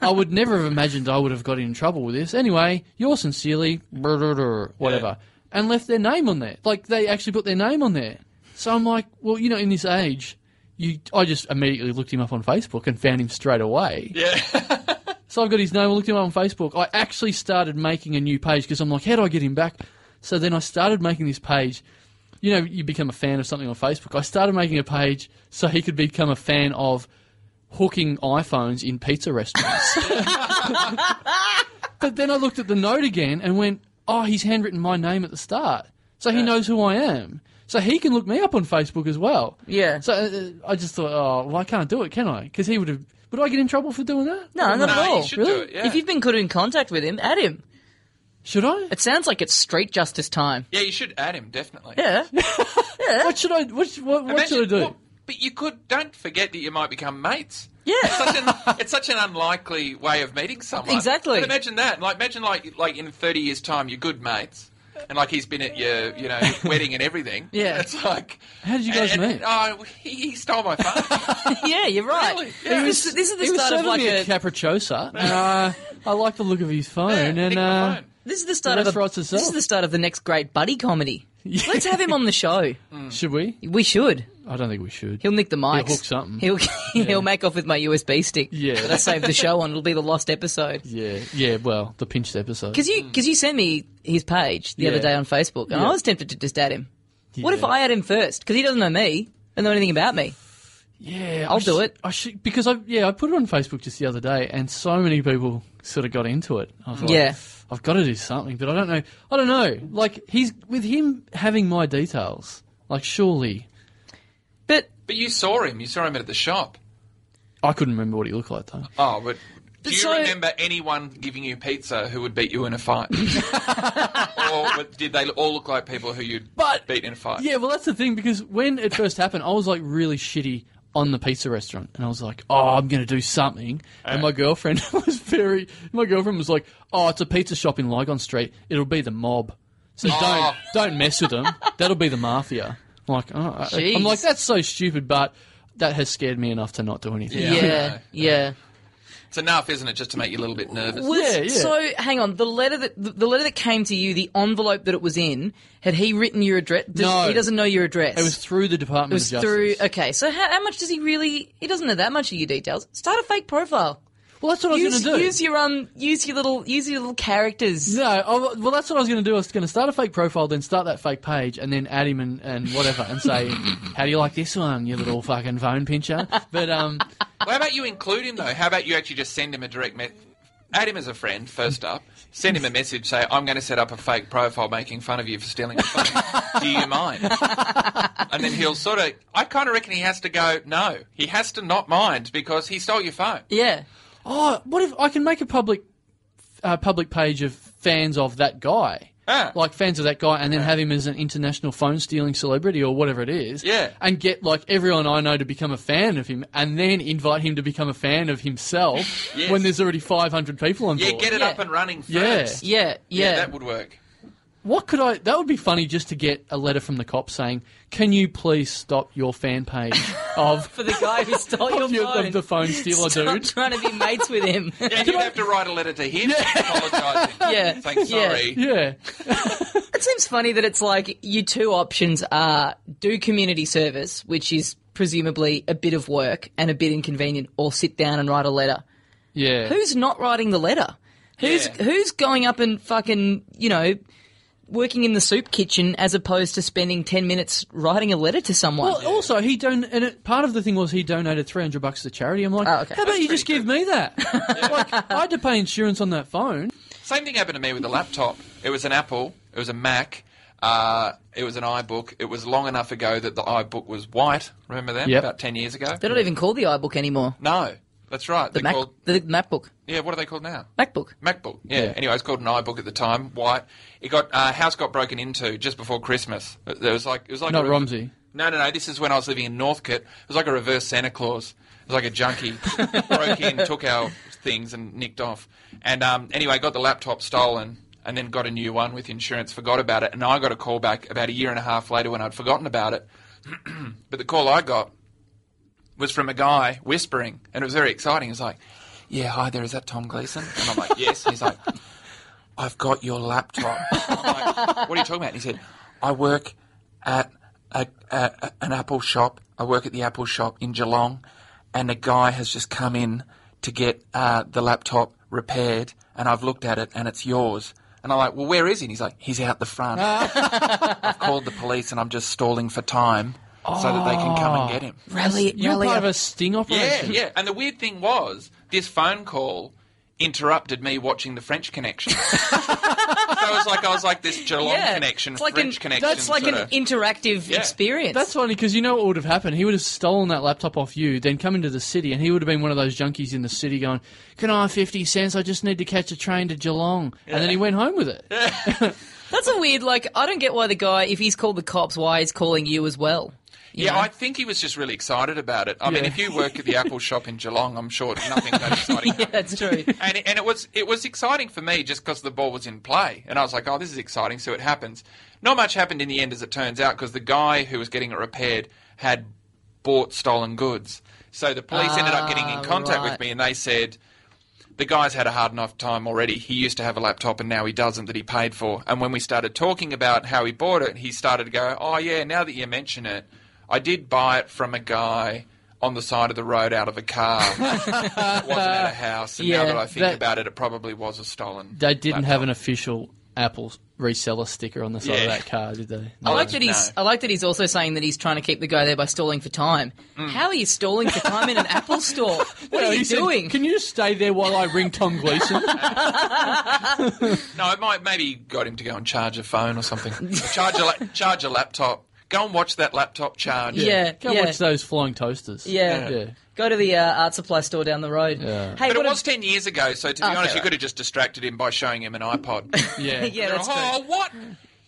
B: I would never have imagined I would have got in trouble with this. Anyway, yours sincerely, brr, brr, brr, whatever." And left their name on there. Like they actually put their name on there. So I'm like, well, you know, in this age. You, I just immediately looked him up on Facebook and found him straight away.
C: <laughs> Yeah.
B: So I've got his name. I looked him up on Facebook. I actually started making a new page because I'm like, how do I get him back? So then I started making this page. You know, you become a fan of something on Facebook. I started making a page so he could become a fan of hooking iPhones in
A: <laughs>
B: pizza restaurants. but then I looked at the note again and went, oh, he's handwritten my name at the start. So he knows who I am. So he can look me up on Facebook as well.
A: Yeah.
B: So uh, I just thought, oh, well, I can't do it, can I? Because he would have. Would I get in trouble for doing that?
A: No, not at
C: No,
A: all.
C: you should
B: Really?
C: do it. Yeah.
A: If you've been good in contact with him, add him.
B: Should I?
A: It sounds like it's straight justice time.
C: yeah, you should add him definitely.
A: <laughs> Yeah.
B: What should I? What, should- what, what
C: Imagine-
B: should I do?
C: well, but you could. Don't forget that you might become mates. It's
A: Yeah.
C: such, an, it's such an unlikely way of meeting someone.
A: Exactly.
C: But imagine that. Like, imagine like like in thirty years' time, you're good mates, and like he's been at your you know wedding and everything.
A: Yeah.
C: It's like.
B: How did you guys
C: and, and-
B: meet?
C: Oh, he, he stole my phone.
A: yeah, you're right.
C: Really?
A: This
C: He
A: is- this is the
B: he was
A: start of
B: serving
A: like
B: me
A: a, <laughs>
B: a capricciosa, and uh, I like the look of his <laughs> phone.
C: Yeah,
B: and
C: pick my
B: uh,
C: phone.
A: this is the start
B: The
A: of a,
B: restaurant's
A: this
B: itself.
A: is the start of the next great buddy comedy. Let's have him on the show.
B: <laughs> should we?
A: We should.
B: I don't think we should.
A: He'll nick the mics.
B: hook something.
A: He'll <laughs> he'll make off with my USB stick.
B: Yeah.
A: that I saved the show on. It'll be the lost episode.
B: yeah, yeah. Well, the pinched episode.
A: Because you because you sent me his page the other
B: Hmm. Yeah.
A: day on Facebook, and
B: Yeah.
A: I was tempted to just add him. What if
B: Yeah.
A: I add him first? Because he doesn't know me. Don't know anything about me.
B: Yeah,
A: I'll
B: I
A: do
B: sh-
A: it.
B: I should because I yeah I put it on Facebook just the other day, and so many people sort of got into it. I was like,
A: Yeah.
B: I've got to do something, but I don't know. I don't know. Like he's with him having my details. Like surely,
A: But
C: But you saw him. You saw him at the shop.
B: I couldn't remember what he looked like though.
C: Oh, but do you
A: so-
C: remember anyone giving you pizza who would beat you in a fight? <laughs> or what- did they all look like people who you'd
B: But-
C: beat in a fight?
B: Yeah, well, that's the thing because when it first happened, I was like really shitty on the pizza restaurant, and I was like, "Oh, I'm going to do something." And my girlfriend <laughs> was very. My girlfriend was like, "Oh, it's a pizza shop in Lygon Street. It'll be the mob, so
C: Oh.
B: don't don't mess with them. That'll be the mafia." I'm like, oh, I-
A: Jeez.
B: I'm like, that's so stupid, but that has scared me enough to not do anything.
C: Yeah.
A: Yeah,
B: <laughs>
A: yeah.
C: Yeah. It's enough, isn't it, just to make you a little bit nervous?
A: Was,
B: Yeah, yeah.
A: So hang on, the letter that the, the letter that came to you, the envelope that it was in, had he written your address? Does-
B: No.
A: he doesn't know your address.
B: It was through the
A: It
B: Department
A: was
B: of Justice.
A: through. Okay, so how, how much does he really? He doesn't know that much of your details. Start a fake profile.
B: well, that's what I was
A: Use,
B: going to do.
A: use your um, use your little, use your little characters.
B: No, I, well, that's what I was going to do. I was going to start a fake profile, then start that fake page, and then add him and, and whatever, and say, "How do you like this one, you little fucking phone pincher?" But um, <laughs>
C: Well, how about you include him, though? How about you actually just send him a direct message? Add him as a friend, first up. Send him a message, say, I'm going to set up a fake profile making fun of you for stealing
B: <laughs>
C: a phone. Do you mind? And then he'll sort of, I kind of reckon he has to go, no. He has to not mind because he stole your phone.
A: Yeah.
B: oh, what if I can make a public uh, public page of fans of that guy,
C: Ah.
B: like fans of that guy, and then have him as an international phone stealing celebrity or whatever it is,
C: Yeah.
B: and get like everyone I know to become a fan of him, and then invite him to become a fan of himself
C: Yes.
B: when there's already 500 people on
C: Yeah,
B: board.
C: get it
A: Yeah.
C: up and running
B: Yeah.
C: first.
A: Yeah. Yeah.
C: yeah that would work.
B: What could I? That would be funny just to get a letter from the cop saying, "Can you please stop your
A: <laughs>
B: fan page of
A: For the guy
B: <laughs>
A: who stole your
B: of your-
A: phone.
B: of the phone stealer
A: Stop
B: dude?"
A: trying to be mates with
B: <laughs>
A: him.
C: And you'd have to write a letter to him apologising.
A: <laughs> Yeah.
C: Saying,
A: Yeah.
C: sorry.
B: Yeah,
A: It seems funny that it's like your two options are do community service, which is presumably a bit of work and a bit inconvenient, or sit down and write a letter.
B: yeah.
A: Who's not writing the letter? Who's
C: Yeah.
A: who's going up and fucking you know working in the soup kitchen as opposed to spending ten minutes writing a letter to someone?
B: well, also he don and it, part of the thing was he donated three hundred bucks to charity. I'm like,
A: Oh, okay.
B: how about
C: That's
B: you just
C: pretty
B: give
A: <laughs>
B: me that? like, I had to pay insurance on that phone.
C: Same thing happened to me with the laptop. It was an Apple, it was a Mac, uh, it was an iBook. It was long enough ago that the iBook was white. Remember them?
B: Yep.
C: About 10 years ago?
A: They're not even called the iBook anymore.
C: No. That's right.
A: The
C: They're
A: Mac,
C: called,
A: the MacBook,
C: yeah, what are they called now?
A: MacBook.
C: MacBook. Yeah.
B: Yeah.
C: Anyway, it's called an iBook at the time. White. It got uh, house got broken into just before Christmas. It it was like it was like
B: Not
C: a-
B: Romsey.
C: No, no, no. This is when I was living in Northcote. It was like a reverse Santa Claus. It was like a junkie broke in, took our things, and nicked off. And um, anyway, got the laptop stolen, and then got a new one with insurance. Forgot about it, and I got a call back about a year and a half later when I'd forgotten about it. <clears throat> but the call I got was from a guy whispering, and it was very exciting. He's like, "Yeah, hi there, is that Tom Gleason?" And I'm like, "Yes." And he's like, "I've got your laptop." <laughs> I'm like, what are you talking about? And he said, "I work at a, a, a- an Apple shop. I work at the Apple shop in Geelong, and a guy has just come in to get uh, the laptop repaired, and I've looked at it, and it's yours." And I'm like, "Well, where is he?" And he's like, "He's out the front." I've called the police, and I'm just stalling for time so that they can come and get him.
A: Rally,
B: You're
A: rally
B: part
A: up.
B: of a sting
C: Yeah,
B: operation.
C: yeah. And the weird thing was, this phone call interrupted me watching the French Connection. <laughs> so it was like I was like this Geelong
A: Yeah.
C: connection,
A: It's like
C: French
A: an,
C: connection.
A: That's like an
C: sorta.
A: interactive
C: Yeah.
A: experience.
B: That's funny because you know what would have happened. He would have stolen that laptop off you, then come into the city, and he would have been one of those junkies in the city going, "Can I have fifty cents? I just need to catch a train to Geelong," and then he went home with it.
A: <laughs> That's a weird. Like, I don't get why the guy, if he's called the cops, why he's calling you as well. You
C: yeah,
A: know?
C: I think he was just really excited about it. I mean,
B: Yeah.
C: if you work at the Apple <laughs> shop in Geelong, I'm
A: <laughs>
C: sure nothing that exciting.
A: <laughs> yeah, that's true.
C: and it, and it was it was exciting for me just because the ball was in play, and I was like, oh, this is exciting. So it happens. Not much happened in the end, as it turns out, because the guy who was getting it repaired had bought stolen goods. So the police ended up getting in
A: Ah,
C: contact
A: right.
C: with me, and they said. The guy's had a hard enough time already. He used to have a laptop and now he doesn't that he paid for. And when we started talking about how he bought it, he started to go, Oh, yeah, now that you mention it, I did buy it from a guy on the side of the road out of
A: <laughs>
C: a car. it wasn't at a house. And now
A: Yeah,
C: that I think
B: that-
C: about it, it probably was a stolen.
B: They didn't have an official Apple reseller sticker on the side
C: Yeah.
B: of that car, did they?
A: I
B: No.
A: like that he's. I like that he's also saying that he's trying to keep the guy there by stalling for time.
C: Mm.
A: How are you stalling for time in an Apple
C: <laughs>
A: store? What
B: No,
A: are you
B: he said,
A: doing?
B: Can you just stay there while I ring Tom
A: <laughs>
B: Gleason?
A: <laughs>
C: No, it might maybe got him to go and charge a phone or something. charge, a la- charge a laptop. Go and watch that laptop charge.
A: Yeah,
B: Go
A: yeah.
B: watch those flying toasters.
A: Yeah.
B: Yeah.
A: Go to the uh, art supply store down the road.
B: Yeah.
A: Hey,
C: But
A: what
C: it
A: a-
C: was 10 years ago, so to be
A: Okay,
C: honest, you
A: right.
C: could have just distracted him by showing him an iPod.
A: <laughs>
B: Yeah.
A: Yeah, that's true.
C: oh, what?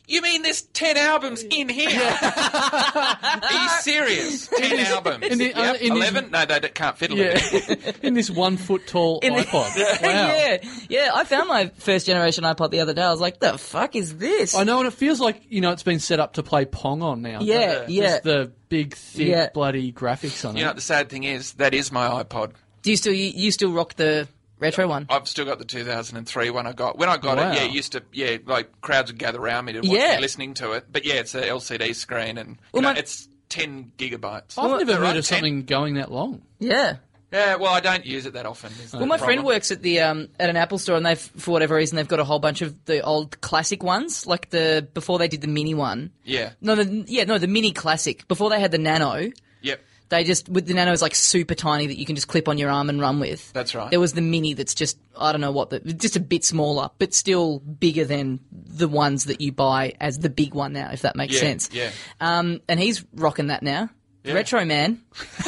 C: You mean there's 10 albums in here? <laughs> Are you
A: <laughs>
C: serious? 10 albums.
B: in the-
C: Yep,
B: uh, in the-
C: 11? No, they d- can't fiddle it.
B: Yeah. <laughs> in this one foot tall
A: In the-
B: iPod. Wow.
A: <laughs> <laughs> yeah, yeah. I found my first generation iPod the other day. I was like, "The fuck is this?"
B: I know, and it feels like you know it's been set up to play Pong on now.
A: Yeah,
B: doesn't it?
A: yeah.
B: Just the big thick
A: Yeah.
B: bloody graphics on
C: You know,
B: it.
C: the sad thing is, that is my iPod.
A: Do you still you, you still rock the retro one?
C: I've still got the 2003 one I got. When I got
B: Wow.
C: it, yeah, it used to, yeah, like crowds would gather around me to watch
A: Yeah.
C: me listening to it. But yeah, it's an LCD screen and you
A: Well,
C: know,
A: my- Oh.
C: it's 10 gigabytes.
B: I've never
C: Is that
B: heard
C: right?
B: of
C: 10?
B: something going that long.
A: Yeah.
C: Yeah, well, I don't use it that often. is the
A: Well, my friend
C: problem.
A: works at the um, at an Apple store, and they've for whatever reason they've got a whole bunch of the old classic ones, like the before they did the mini one.
C: Yeah.
A: No, the yeah, no, the mini classic before they had the nano.
C: Yep.
A: They just with the nano is like super tiny that you can just clip on your arm and run with.
C: That's right.
A: There was the mini that's just I don't know what the just a bit smaller, but still bigger than the ones that you buy as the big one now, if that makes
C: Yeah,
A: sense.
C: yeah.
A: Um, and he's rocking that now. Retro
C: <laughs>
A: man.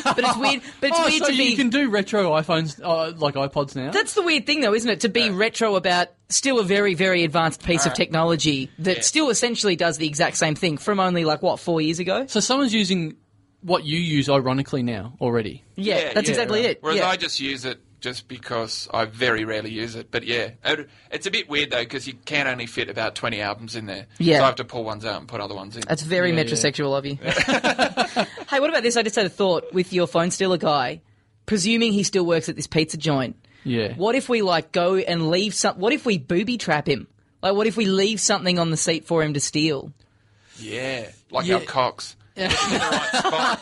A: But it's weird. But it's
B: Oh,
A: weird
B: so
A: to
B: you
A: be.
B: can do retro iPhones uh, like iPods now.
A: That's the weird thing, though, isn't it? To be retro about still a very, very advanced piece of technology that still essentially does the exact same thing from only like what four years ago.
B: so someone's using what you use ironically now already.
A: Yeah,
C: Yeah,
A: that's
C: yeah,
A: exactly
B: right.
A: it.
C: Whereas
A: yeah.
C: I just use it just because I very rarely use it. But yeah, it- it's a bit weird though because you can only fit about 20 albums in there.
A: Yeah.
C: So I have to pull ones out and put other ones in.
A: That's very
B: yeah.
A: metrosexual of
C: <laughs>
A: you. hey, what about this? I just had a thought with your phone stealer guy, presuming he still works at this pizza joint.
B: Yeah.
A: What if we like go and leave some? What if we booby trap him? Like, what if we leave something on the seat for him to steal?
C: yeah. Like
B: Yeah.
C: our cocks. It's in the right spot.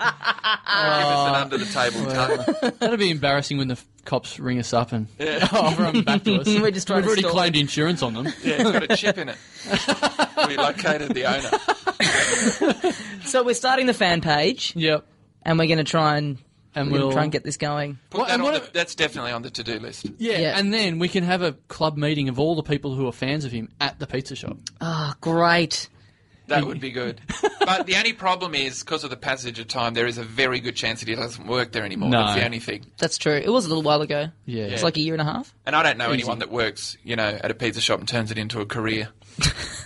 A: <laughs>
C: Give us an under the table tug.
B: That'd be embarrassing when the f- cops ring us up <laughs> and offer them back to
A: <laughs>
B: us.
A: We're just trying
B: We've
A: to
B: already
A: stall
B: claimed insurance
A: <laughs>
B: on them.
C: Yeah, it's got a chip in it. We located the owner.
A: So we're starting the fan page,
B: Yep.
A: and we're going to try and
B: And
A: we're going
B: we'll
A: to try and get this going.
C: Put
B: Well,
C: that
B: and
C: on
B: what
C: the,
B: if-
C: that's definitely on the to do list.
B: yeah,
A: Yeah.
B: and then we can have a club meeting of all the people who are fans of him at the pizza shop.
A: Oh, great.
C: That would be good. But the only problem is, because of the passage of time, there is a very good chance that he doesn't work there anymore.
B: No.
C: That's the only thing.
A: That's true. It was a little while ago.
B: Yeah.
A: It's like a year and a half.
C: And I don't know anyone that works, you know, at a pizza shop and turns it into a career.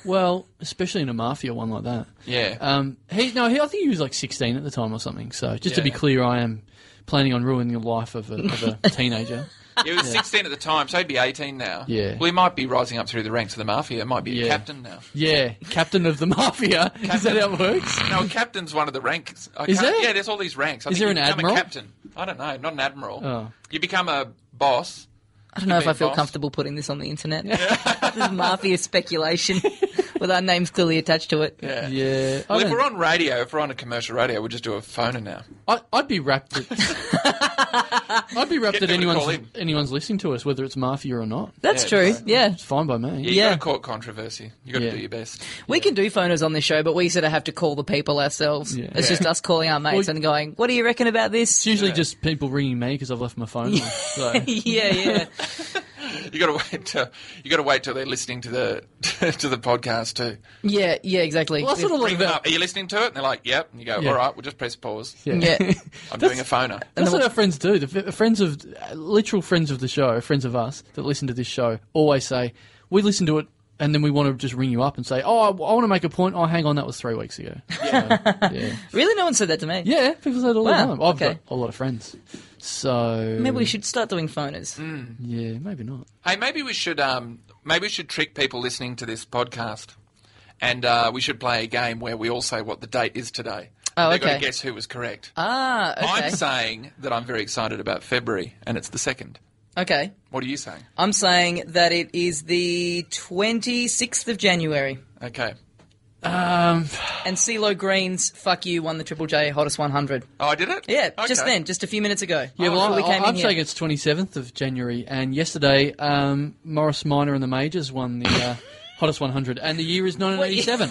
B: Well, especially in a mafia one like that.
C: Yeah.
B: Um, he no, he, I think he was like 16 at the time or something. So just to be
C: Yeah.
B: clear, I am planning on ruining the life of a, of a
C: <laughs>
B: teenager.
C: he was 16 at the time, so he'd be 18 now.
B: Yeah.
C: Well, he might be rising up through the ranks of the mafia. He might be
B: Yeah.
C: a captain now.
B: Yeah, captain of the mafia. Is that how it works?
C: No, a captain's one of the ranks. I
B: Is
C: can't-
B: there?
C: Yeah, there's all these ranks. I
B: Is
C: think
B: there
C: you
B: an
C: become
B: admiral?
C: A captain. I don't know. Not an admiral.
B: Oh.
C: You become a boss.
A: I don't know if I
C: being
A: feel
C: boss.
A: comfortable putting this on the internet. <laughs> this is mafia
B: <laughs>
A: speculation with our names clearly attached to it.
C: Yeah.
B: Yeah. I
C: Well, if
B: don't-
C: we're on radio, if we're on a commercial radio, we'll just do a phoner now.
B: I, I'd be wrapped.
C: <laughs>
B: At, I'd be wrapped
C: Get
B: at
C: them to call
B: anyone's
C: in.
B: anyone's listening to us, whether it's mafia or not.
A: That's
C: Yeah,
A: true.
C: right.
A: Yeah.
B: It's fine by me.
C: Yeah, you
A: Yeah.
C: got to court controversy. you got to
B: Yeah.
C: do your best.
A: We can do phoners on this show, but we sort of have to call the people ourselves.
B: Yeah.
A: It's just us calling our mates
B: Well,
A: and going, what do you reckon about this?
B: <laughs> It's usually just people ringing me because I've left my
C: <laughs>
B: phone. on. So,
A: <laughs> yeah, yeah.
C: You got to <laughs> wait till you got to wait till they're listening to the <laughs> to the podcast too.
A: Yeah, yeah, exactly.
B: well, that's sort of
C: Bring
B: like
C: them
B: the-
C: up. Are you listening to it? And they're like, "Yep." And you go,
B: Yeah.
C: "All right, we'll just press pause."
A: Yeah.
C: I'm doing a phoner.
B: That's what our friends do. The f- friends of, literal friends of the show, friends of us that listen to this show, always say, "We listen to it, and then we want to just ring you up and say, oh, I, want to make a point. Oh, hang on, that was three weeks ago.'
A: <laughs>
B: Yeah, yeah.
A: Really? No one said that to me.
B: yeah people say it all
A: Wow,
B: the time. I've
A: okay.
B: got a lot of friends, so
A: Maybe we should start doing phoners.
B: Mm. yeah, maybe not.
C: Hey, maybe we should um, maybe we should trick people listening to this podcast, and uh, we should play a game where we all say what the date is today.
A: Oh,
C: They've got to
A: okay.
C: guess who was correct.
A: Ah, okay.
C: I'm saying that I'm very excited about February, and it's the second.
A: okay.
C: What are you saying?
A: I'm saying that it is the 26th of January.
C: Okay.
B: Um,
A: And CeeLo Green's Fuck You won the Triple J Hottest 100.
C: Oh, I did it.
A: Yeah,
C: Okay.
A: just then, just a few minutes ago.
B: yeah, well,
A: Before we
B: I,
A: came
B: am
A: in here.
B: saying it's 27th of January, and yesterday, um, Morris Minor and the Majors won
A: <laughs>
B: the uh, hottest 100, and the year is 1987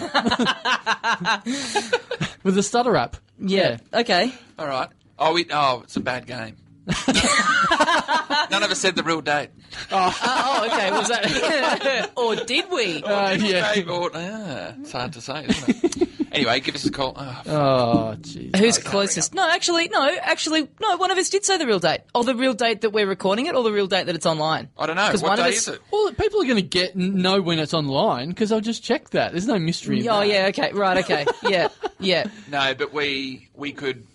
B: <laughs> with the stutter app.
A: Yeah. Okay.
C: All right. Oh, we, oh, it's a bad game. None of us said the real date.
A: Oh, okay. Was that? <laughs> or did we?
B: Uh, yeah.
C: Date or- ah, it's hard to say, isn't it? Anyway, give us a call. Ah, f-
B: Oh, jeez.
A: Who's
C: can't
A: closest? No, actually, no, actually, no. One of us did say the real date, or the real date that we're recording it, or the real date that it's online.
C: I don't know.
A: 'Cause
C: What
A: one of
C: day
A: us-
C: is it?
B: Well, people are going to get know when it's online because I'll just check that. There's no mystery. in
A: Oh
B: that.
A: yeah, okay, right, okay, yeah, yeah.
C: No, but we we could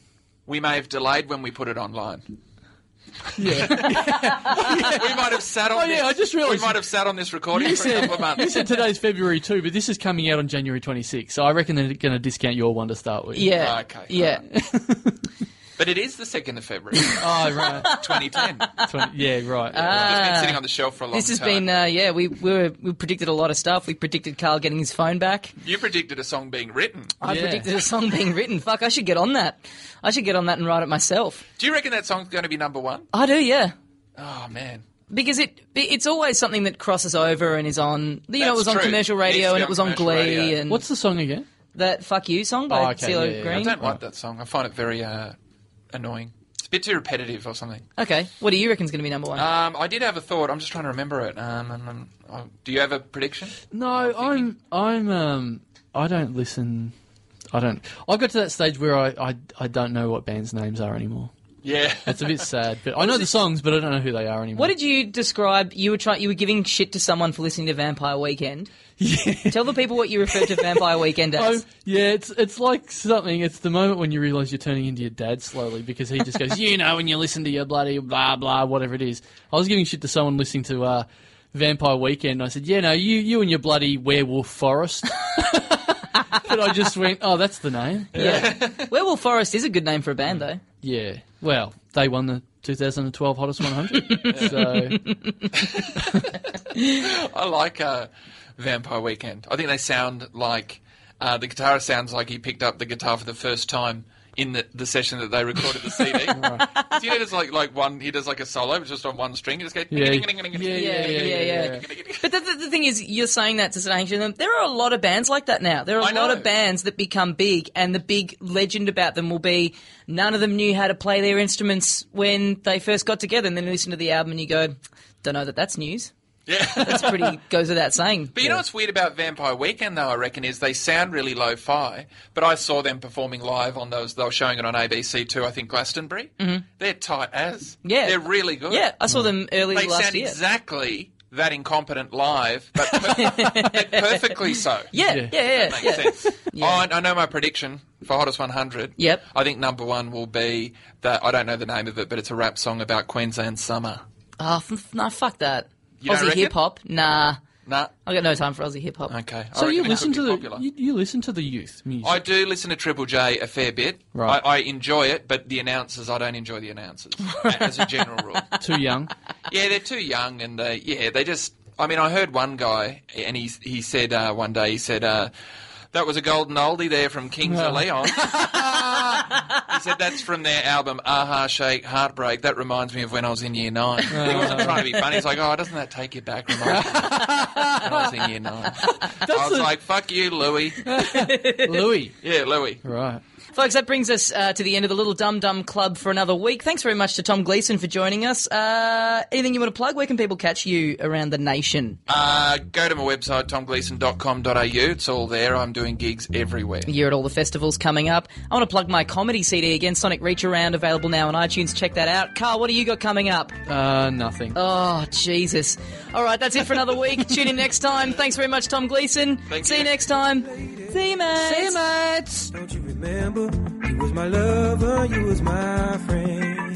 C: we may have delayed when we put it online.
B: yeah.
C: <laughs> we might have sat on.
B: Oh, <laughs> yeah,
C: this-
B: I just realised-
C: we might have sat on this recording
B: You
C: for a
B: said,
C: couple of months.
B: you said today's February 2, but this is coming out on January 26, so I reckon they're going to discount your one to start with.
A: Yeah. <laughs>
C: Oh, okay.
A: Yeah.
C: but it is the second of
B: <laughs>
C: February, <laughs>
B: Oh, right.
C: 2010. It's
B: 20, yeah, right.
A: Uh,
C: just been sitting on the shelf for a long
A: Ah. This has
C: time.
A: been, uh, yeah, we, we, were, we predicted a lot of stuff. We predicted Carl getting his phone back.
C: you predicted a song being written.
A: I
B: Yeah.
A: predicted a song being written. Fuck, I should get on that. I should get on that and write it myself.
C: Do you reckon that song's going to be number one?
A: I do, yeah.
C: Oh man,
A: Because it it's always something that crosses over and is on. You know, it
C: That's
A: was on
C: true.
A: commercial
C: It needs
A: radio
C: to be
A: and
C: on
A: it was on
C: commercial
A: Glee
C: radio.
A: and
B: What's the song again?
A: that "Fuck You" song by
B: Oh, okay,
A: CeeLo
B: yeah, yeah,
C: I
A: Green.
C: don't like that song. I find it very uh, annoying. It's a bit too repetitive or something.
A: Okay, what do you reckon's going to be number one?
C: Um, I did have a thought. I'm just trying to remember it. Um, um, um, oh, do you have a prediction?
A: Oh,
B: No, I'm, I'm, um, I don't listen. I don't. I got to that stage where I, I, I don't know what bands' names are anymore.
C: Yeah. <laughs>
B: It's a bit sad, but I know the songs, but I don't know who they are anymore.
A: what did you describe? You were trying. You were giving shit to someone for listening to Vampire Weekend.
B: <laughs> Yeah.
A: Tell the people what you referred to Vampire
C: <laughs>
A: Weekend
B: Oh,
A: as.
B: yeah, it's it's like something. It's the moment when you realise you're turning into your dad slowly because he just goes, you know, when you listen to your bloody blah blah whatever it is. I was giving shit to someone listening to uh, Vampire Weekend. I said, yeah, no, you you and your bloody werewolf forest. <laughs> but I just went, oh, that's the name.
A: Yeah. Werewolf Forest is a good name for a band, though.
B: Yeah. Well, they won the 2012 Hottest
C: <laughs>
B: 100. so
C: I like uh, Vampire Weekend. I think they sound like uh, the guitarist sounds like he picked up the guitar for the first time in the, the session that they recorded the CD. Do you know, it's like like one. He does like a solo, but just on one string. He just goes.
B: yeah, yeah, yeah, yeah, yeah.
A: yeah,
B: yeah.
A: But the, the, the thing is, you're saying that to St. them. There are a lot of bands like that now. There are a
C: I
A: lot
C: know.
A: of bands that become big, and the big legend about them will be none of them knew how to play their instruments when they first got together. And then you listen to the album, and you go, "Don't know that that's news."
C: Yeah.
A: That's
C: <laughs>
A: pretty goes without saying.
C: But you know what's weird about Vampire Weekend, though, I reckon, is they sound really lo fi, but I saw them performing live on those, they were showing it on ABC too, I think, Glastonbury. Mm-hmm. They're tight as.
A: Yeah.
C: They're really good.
A: Yeah, I saw them early
C: They
A: last
C: sound
A: year.
C: exactly that incompetent live, but per- but <laughs> perfectly so.
A: <laughs> yeah, yeah,
B: Yeah.
A: yeah, yeah.
C: Makes sense. I, I know my prediction for Hottest 100.
A: Yep.
C: I think number one will be that, I don't know the name of it, but it's a rap song about Queensland summer.
A: Oh, f- f- nah, fuck that.
C: You don't
A: Aussie
C: reckon?
A: hip hop, nah.
C: Nah.
A: I got no time for Aussie hip hop.
C: Okay. I
B: So you
C: reckon it
B: listen
C: could
B: to
C: be
B: the
C: popular.
B: you, you listen to the youth music.
C: I do listen to Triple J a fair bit.
B: Right.
C: I, I enjoy it, but the announcers, I don't enjoy
B: <laughs>
C: the announcers a- as a general rule.
B: Too
C: <laughs>
B: young.
C: Yeah, they're too young, and they, yeah, they just. I mean, I heard one guy, and he he said uh, one day he said. Uh, that was a golden oldie there from Kings of
B: Yeah.
C: Leon. he said that's from their album Aha Shake Heartbreak. That reminds me of when I was in year nine. he wasn't trying to be funny. He's like, oh, doesn't that take you back? Reminds me of when I was in year nine. I was like, fuck you, Louis.
B: Louis.
C: Yeah, Louis.
B: Right.
A: Folks, that brings us uh, to the end of the Little Dum Dum Club for another week. Thanks very much to Tom Gleason for joining us. Uh, anything you want to plug? Where can people catch you around the nation?
C: Uh, go to my website, tomgleason.com.au. It's all there. I'm doing gigs everywhere.
A: You're at all the festivals coming up. I want to plug my comedy CD again, Sonic Reach Around, available now on iTunes. Check that out. Carl, what do you got coming up?
B: Uh, nothing.
A: Oh, Jesus. All right, that's it for another week. <laughs> Tune in next time. Thanks very much, Tom Gleason.
C: Thank
A: See you
C: you.
A: next time. See you, mate. See you, mate.
D: Don't you remember? You was my lover, you was my friend.